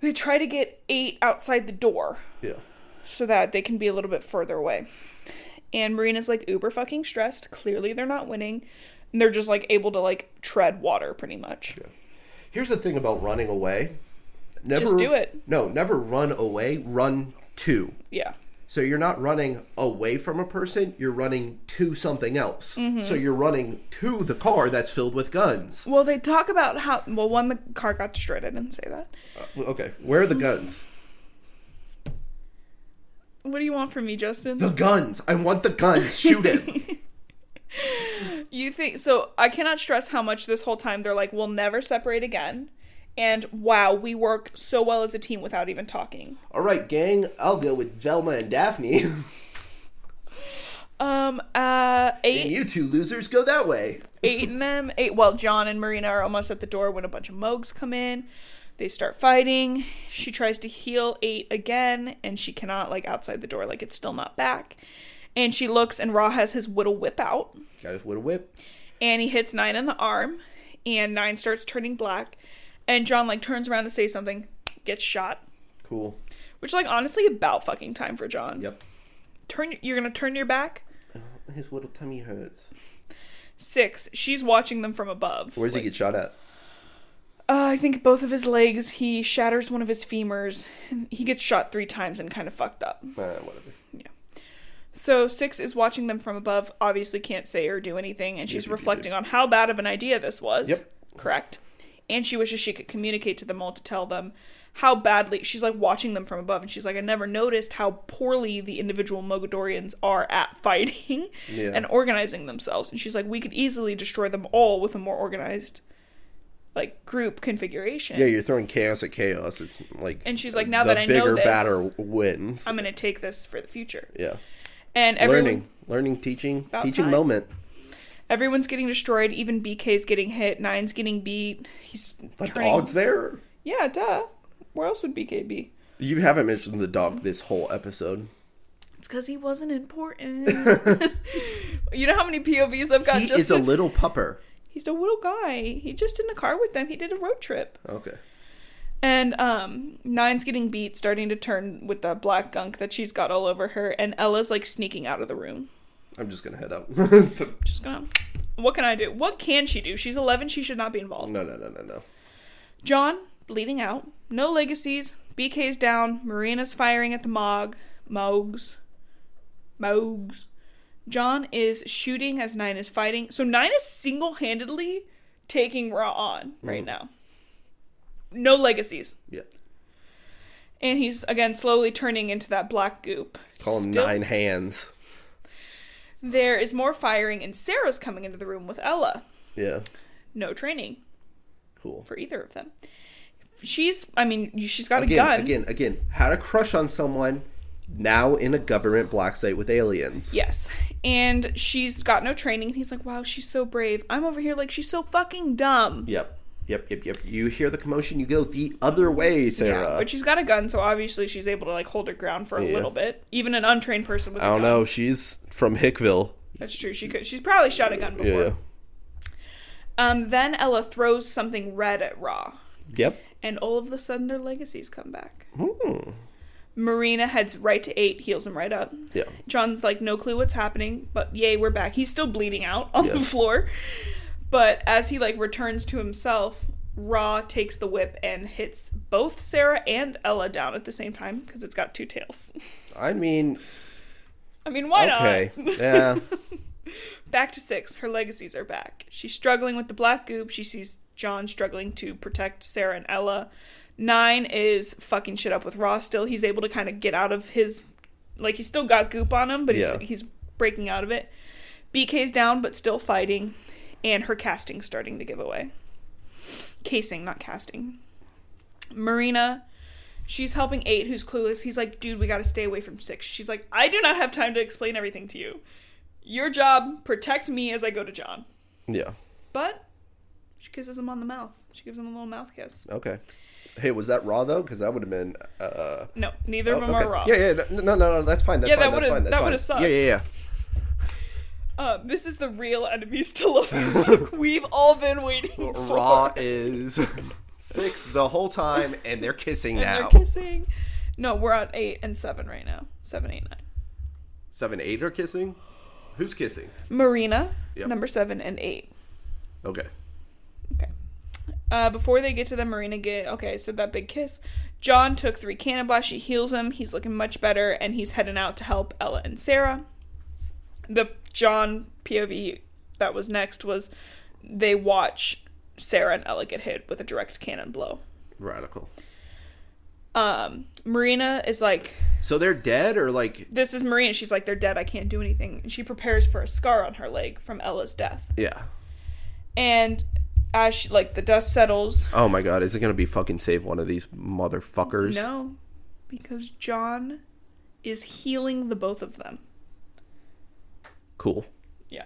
[SPEAKER 1] they try to get eight outside the door
[SPEAKER 2] Yeah.
[SPEAKER 1] so that they can be a little bit further away. And Marina's like uber fucking stressed. Clearly they're not winning. And they're just like able to like tread water pretty much.
[SPEAKER 2] Here's the thing about running away. Never
[SPEAKER 1] Just do it.
[SPEAKER 2] No, never run away. Run to.
[SPEAKER 1] Yeah.
[SPEAKER 2] So you're not running away from a person, you're running to something else.
[SPEAKER 1] Mm-hmm.
[SPEAKER 2] So you're running to the car that's filled with guns.
[SPEAKER 1] Well, they talk about how well one the car got destroyed. I didn't say that.
[SPEAKER 2] Okay, where are the guns?
[SPEAKER 1] What do you want from me, Justin?
[SPEAKER 2] The guns. I want the guns. Shoot him.
[SPEAKER 1] You think so? I cannot stress how much this whole time they're like, we'll never separate again. And wow, we work so well as a team without even talking.
[SPEAKER 2] All right, gang. I'll go with Velma and Daphne.
[SPEAKER 1] Um, uh,
[SPEAKER 2] and
[SPEAKER 1] eight,
[SPEAKER 2] you two losers go that way.
[SPEAKER 1] eight and them, eight. Well, John and Marina are almost at the door when a bunch of Moogs come in. They start fighting. She tries to heal eight again, and she cannot, like, outside the door, like, it's still not back. And she looks, and Ra has his whittle whip out.
[SPEAKER 2] Got his little whip.
[SPEAKER 1] and he hits nine in the arm and nine starts turning black and john like turns around to say something gets shot
[SPEAKER 2] Cool.
[SPEAKER 1] which like honestly about fucking time for john
[SPEAKER 2] Yep.
[SPEAKER 1] turn you're gonna turn your back
[SPEAKER 2] His little tummy hurts.
[SPEAKER 1] six she's watching them from above
[SPEAKER 2] Where does he get shot at?
[SPEAKER 1] uh, i think both of his legs he shatters one of his femurs and he gets shot three times and kind of fucked up
[SPEAKER 2] Uh, whatever.
[SPEAKER 1] so six is watching them from above obviously can't say or do anything and she's
[SPEAKER 2] yep, yep.
[SPEAKER 1] reflecting on how bad of an idea this was
[SPEAKER 2] Yep.
[SPEAKER 1] correct and she wishes she could communicate to them all to tell them how badly she's like watching them from above and she's like i never noticed how poorly the individual mogadorians are at fighting
[SPEAKER 2] Yeah.
[SPEAKER 1] and organizing themselves and she's like we could easily destroy them all with a more organized like group configuration
[SPEAKER 2] Yeah, you're throwing chaos at chaos. It's like.
[SPEAKER 1] And she's like, now that I know
[SPEAKER 2] bigger,
[SPEAKER 1] this-
[SPEAKER 2] badder wins.
[SPEAKER 1] i'm gonna take this for the future
[SPEAKER 2] yeah.
[SPEAKER 1] and everyone,
[SPEAKER 2] Learning, learning, teaching,
[SPEAKER 1] About
[SPEAKER 2] teaching
[SPEAKER 1] time.
[SPEAKER 2] moment.
[SPEAKER 1] everyone's getting destroyed even bk's getting hit nine's getting beat he's
[SPEAKER 2] The
[SPEAKER 1] turning-
[SPEAKER 2] dog's there.
[SPEAKER 1] yeah duh where else would bk be
[SPEAKER 2] You haven't mentioned the dog this whole episode.
[SPEAKER 1] It's because he wasn't important. you know how many POVs I've got?
[SPEAKER 2] He
[SPEAKER 1] just
[SPEAKER 2] is a little pupper.
[SPEAKER 1] he's a little guy. He just in a car with them. He did a road trip.
[SPEAKER 2] Okay.
[SPEAKER 1] And um, Nine's getting beat, starting to turn with the black gunk that she's got all over her, and Ella's like sneaking out of the room.
[SPEAKER 2] I'm just gonna head up.
[SPEAKER 1] Just gonna. What can I do? What can she do? She's 11. She should not be involved.
[SPEAKER 2] no, no, no, no, no.
[SPEAKER 1] John bleeding out. No legacies. BK's down. Marina's firing at the Mog. Mogs. Mogs. John is shooting as Nine is fighting. So Nine is single handedly
[SPEAKER 2] Hmm.
[SPEAKER 1] taking Ra on right now. No legacies.
[SPEAKER 2] Yeah.
[SPEAKER 1] and he's again slowly turning into that black goop.
[SPEAKER 2] Call him
[SPEAKER 1] Still-
[SPEAKER 2] Nine Hands.
[SPEAKER 1] There is more firing, and Sarah's coming into the room with Ella.
[SPEAKER 2] Yeah.
[SPEAKER 1] No training
[SPEAKER 2] Cool.
[SPEAKER 1] for either of them. She's, I mean, she's got a
[SPEAKER 2] Again,
[SPEAKER 1] gun.
[SPEAKER 2] again, again. Had a crush on someone. Now in a government black site with aliens.
[SPEAKER 1] Yes. And she's got no training, and he's like, wow, she's so brave. I'm over here like, she's so fucking dumb.
[SPEAKER 2] Yep. Yep. Yep. Yep. You hear the commotion. You go the other way, Sarah.
[SPEAKER 1] But she's got a gun, so obviously she's able to like hold her ground for a
[SPEAKER 2] Yeah.
[SPEAKER 1] little bit. Even an untrained person with
[SPEAKER 2] I
[SPEAKER 1] a
[SPEAKER 2] don't
[SPEAKER 1] gun.
[SPEAKER 2] know. She's from Hickville.
[SPEAKER 1] That's true. She could. She's probably shot a gun
[SPEAKER 2] Yeah.
[SPEAKER 1] before. Um. Then Ella throws something red at Raw,
[SPEAKER 2] Yep.
[SPEAKER 1] and all of a sudden their legacies come back.
[SPEAKER 2] Hmm.
[SPEAKER 1] Marina heads right to eight, heals him right up.
[SPEAKER 2] Yeah.
[SPEAKER 1] John's like, no clue what's happening, but yay, we're back. He's still bleeding out on the
[SPEAKER 2] Yeah.
[SPEAKER 1] floor. But as he like returns to himself, Raw takes the whip and hits both Sarah and Ella down at the same time because it's got two tails.
[SPEAKER 2] I mean,
[SPEAKER 1] I mean, why
[SPEAKER 2] okay.
[SPEAKER 1] not?
[SPEAKER 2] yeah.
[SPEAKER 1] Back to six. Her legacies are back. She's struggling with the black goop. She sees John struggling to protect Sarah and Ella. Nine is fucking shit up with Ross still. He's able to kind of get out of his. Like, he's still got goop on him, but he's,
[SPEAKER 2] Yeah.
[SPEAKER 1] he's breaking out of it. BK's down, but still fighting. And her casting's starting to give away. Casing, not casting. Marina. She's helping eight, who's clueless. He's like, dude, we gotta stay away from six. She's like, I do not have time to explain everything to you. Your job, protect me as I go to John.
[SPEAKER 2] Yeah.
[SPEAKER 1] But she kisses him on the mouth. She gives him a little mouth kiss.
[SPEAKER 2] Okay. Hey, was that raw though? Because that would have been. Uh,
[SPEAKER 1] No, neither of
[SPEAKER 2] oh,
[SPEAKER 1] them
[SPEAKER 2] okay.
[SPEAKER 1] are raw.
[SPEAKER 2] Yeah, yeah, no, no, no, no that's fine. That's
[SPEAKER 1] Yeah,
[SPEAKER 2] fine.
[SPEAKER 1] that
[SPEAKER 2] that's
[SPEAKER 1] would've-
[SPEAKER 2] fine. That's
[SPEAKER 1] that
[SPEAKER 2] fine.
[SPEAKER 1] would've sucked.
[SPEAKER 2] Yeah, yeah, yeah.
[SPEAKER 1] Um, this is the real enemies to love. We've all been waiting for.
[SPEAKER 2] Raw is six the whole time, and they're kissing
[SPEAKER 1] and
[SPEAKER 2] now.
[SPEAKER 1] they're kissing. No, we're on eight and seven right now. Seven, eight, nine.
[SPEAKER 2] Seven, eight are kissing. Who's kissing?
[SPEAKER 1] Marina,
[SPEAKER 2] Yep.
[SPEAKER 1] number seven and eight.
[SPEAKER 2] Okay.
[SPEAKER 1] Okay. Uh, before they get to the marina get okay, so that big kiss. John took three cannon blasts. She heals him. He's looking much better, and he's heading out to help Ella and Sarah. The John POV that was next was they watch Sarah and Ella get hit with a direct cannon blow.
[SPEAKER 2] Radical.
[SPEAKER 1] Um, Marina is like,
[SPEAKER 2] So they're dead, or like,
[SPEAKER 1] "This is Marina." She's like, "They're dead. I can't do anything." And she prepares for a scar on her leg from Ella's death.
[SPEAKER 2] yeah.
[SPEAKER 1] And as she, like the dust settles,
[SPEAKER 2] Oh my god, is it gonna be fucking save one of these motherfuckers?
[SPEAKER 1] No, because John is healing the both of them.
[SPEAKER 2] Cool.
[SPEAKER 1] Yeah.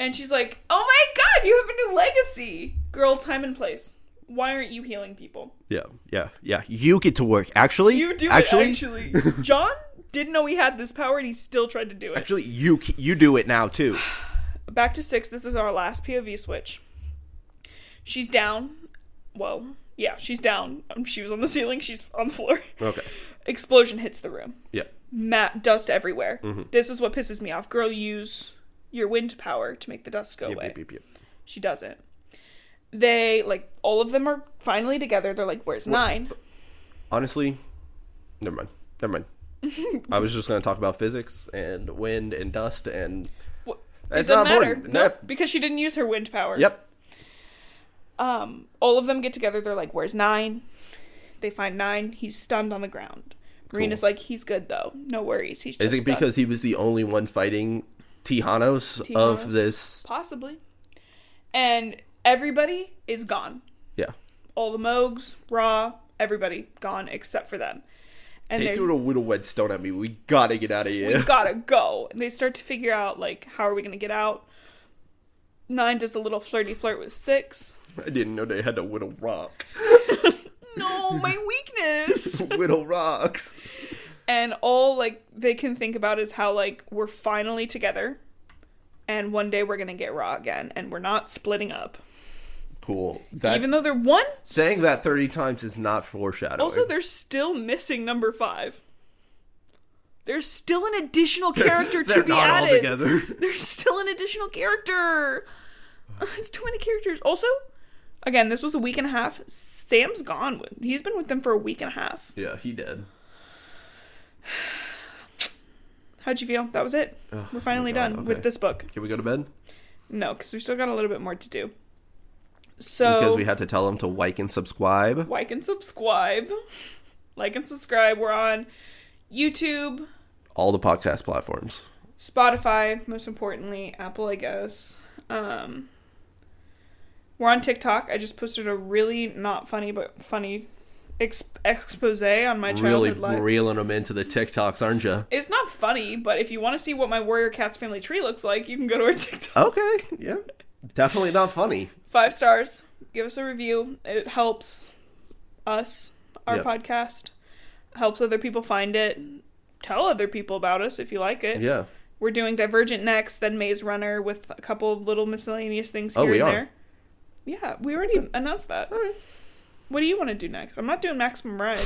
[SPEAKER 1] And she's like, "Oh my god, you have a new legacy, girl. Time and place. Why aren't you healing people?
[SPEAKER 2] Yeah, yeah, yeah. You get to work. Actually,
[SPEAKER 1] You do
[SPEAKER 2] actually,
[SPEAKER 1] it. Actually, John didn't know he had this power, and he still tried to do it.
[SPEAKER 2] Actually, you c- you do it now too.
[SPEAKER 1] Back to six. This is our last POV switch. She's down. Well, yeah, she's down. Um, She was on the ceiling. She's on the floor.
[SPEAKER 2] Okay.
[SPEAKER 1] Explosion hits the room.
[SPEAKER 2] Yeah.
[SPEAKER 1] mat dust everywhere.
[SPEAKER 2] Mm-hmm.
[SPEAKER 1] This is what pisses me off. Girl, use your wind power to make the dust go away.
[SPEAKER 2] Yep, yep, yep.
[SPEAKER 1] She doesn't. They like all of them are finally together. They're like, "Where's nine?
[SPEAKER 2] Honestly, never mind. Never mind. I was just gonna talk about physics and wind and dust and
[SPEAKER 1] What?
[SPEAKER 2] It's
[SPEAKER 1] it doesn't
[SPEAKER 2] not
[SPEAKER 1] matter.
[SPEAKER 2] important.
[SPEAKER 1] Nope,
[SPEAKER 2] Nope.
[SPEAKER 1] because she didn't use her wind power.
[SPEAKER 2] yep.
[SPEAKER 1] Um, all of them get together. They're like, "Where's nine? They find nine. He's stunned on the ground. Marina's like, "He's good though. No worries. He's just
[SPEAKER 2] Is it
[SPEAKER 1] stunned."
[SPEAKER 2] because he was the only one fighting Tijanos,
[SPEAKER 1] Tejanos.
[SPEAKER 2] of this?
[SPEAKER 1] possibly, and everybody is gone.
[SPEAKER 2] Yeah.
[SPEAKER 1] all the Moogs, Raw, everybody gone except for them. And
[SPEAKER 2] They
[SPEAKER 1] they
[SPEAKER 2] threw a little wet stone at me. We gotta get out of here.
[SPEAKER 1] we gotta go. And they start to figure out like how are we gonna get out. Nine does a little flirty flirt with six.
[SPEAKER 2] I didn't know they had to whittle rock.
[SPEAKER 1] No, my weakness.
[SPEAKER 2] whittle rocks.
[SPEAKER 1] and all like they can think about is how like we're finally together, and one day we're gonna get Raw again, and we're not splitting up.
[SPEAKER 2] Cool. That,
[SPEAKER 1] Even though they're one,
[SPEAKER 2] saying that thirty times is not foreshadowing.
[SPEAKER 1] also they're still missing number five. There's still an additional character
[SPEAKER 2] They're
[SPEAKER 1] to be
[SPEAKER 2] not
[SPEAKER 1] added.
[SPEAKER 2] all together.
[SPEAKER 1] There's still an additional character. It's too many characters. Also, again, this was a week and a half. Sam's gone. He's been with them for a week and a half.
[SPEAKER 2] yeah, he did.
[SPEAKER 1] How'd you feel? That was it. We're finally
[SPEAKER 2] oh God,
[SPEAKER 1] done
[SPEAKER 2] okay.
[SPEAKER 1] with this book.
[SPEAKER 2] Can we go to bed?
[SPEAKER 1] No, because we still got a little bit more to do. So
[SPEAKER 2] because we had to tell him to like and subscribe.
[SPEAKER 1] like and subscribe. like and subscribe. We're on YouTube,
[SPEAKER 2] All the podcast platforms.
[SPEAKER 1] Spotify, most importantly, Apple, I guess. Um, we're on TikTok. I just posted a really not funny but funny ex- expose on my childhood
[SPEAKER 2] Really
[SPEAKER 1] life.
[SPEAKER 2] reeling them into the TikToks, aren't you?
[SPEAKER 1] it's not funny, but if you want to see what my warrior cat's family tree looks like, you can go to our TikTok.
[SPEAKER 2] Okay, yeah. Definitely not funny.
[SPEAKER 1] Five stars. Give us a review. It helps us, our
[SPEAKER 2] Yep.
[SPEAKER 1] podcast. Helps other people find it. Tell other people about us if you like it.
[SPEAKER 2] Yeah.
[SPEAKER 1] We're doing Divergent next, then Maze Runner with a couple of little miscellaneous things
[SPEAKER 2] Oh,
[SPEAKER 1] here
[SPEAKER 2] we
[SPEAKER 1] and
[SPEAKER 2] are.
[SPEAKER 1] there. Yeah, we already announced that.
[SPEAKER 2] right.
[SPEAKER 1] What do you want to do next? I'm not doing Maximum Ride.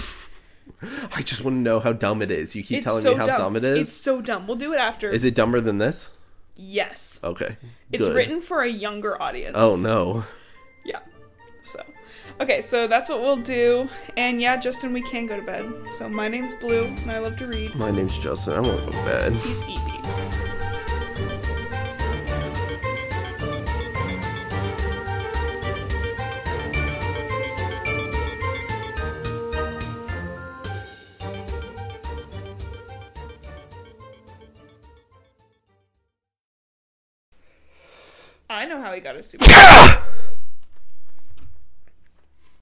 [SPEAKER 2] I just want to know how dumb it is. You keep
[SPEAKER 1] It's
[SPEAKER 2] telling
[SPEAKER 1] so
[SPEAKER 2] me how
[SPEAKER 1] dumb.
[SPEAKER 2] dumb, it is.
[SPEAKER 1] It's so dumb. We'll do it after.
[SPEAKER 2] Is it dumber than this?
[SPEAKER 1] yes.
[SPEAKER 2] Okay.
[SPEAKER 1] It's
[SPEAKER 2] good.
[SPEAKER 1] written for a younger audience.
[SPEAKER 2] Oh no.
[SPEAKER 1] Yeah. So, okay, so that's what we'll do. And yeah, Justin, we can go to bed. So my name's Blue, and I love to read.
[SPEAKER 2] My name's Justin. I want to go to bed.
[SPEAKER 1] He's EP. I know how he got a super.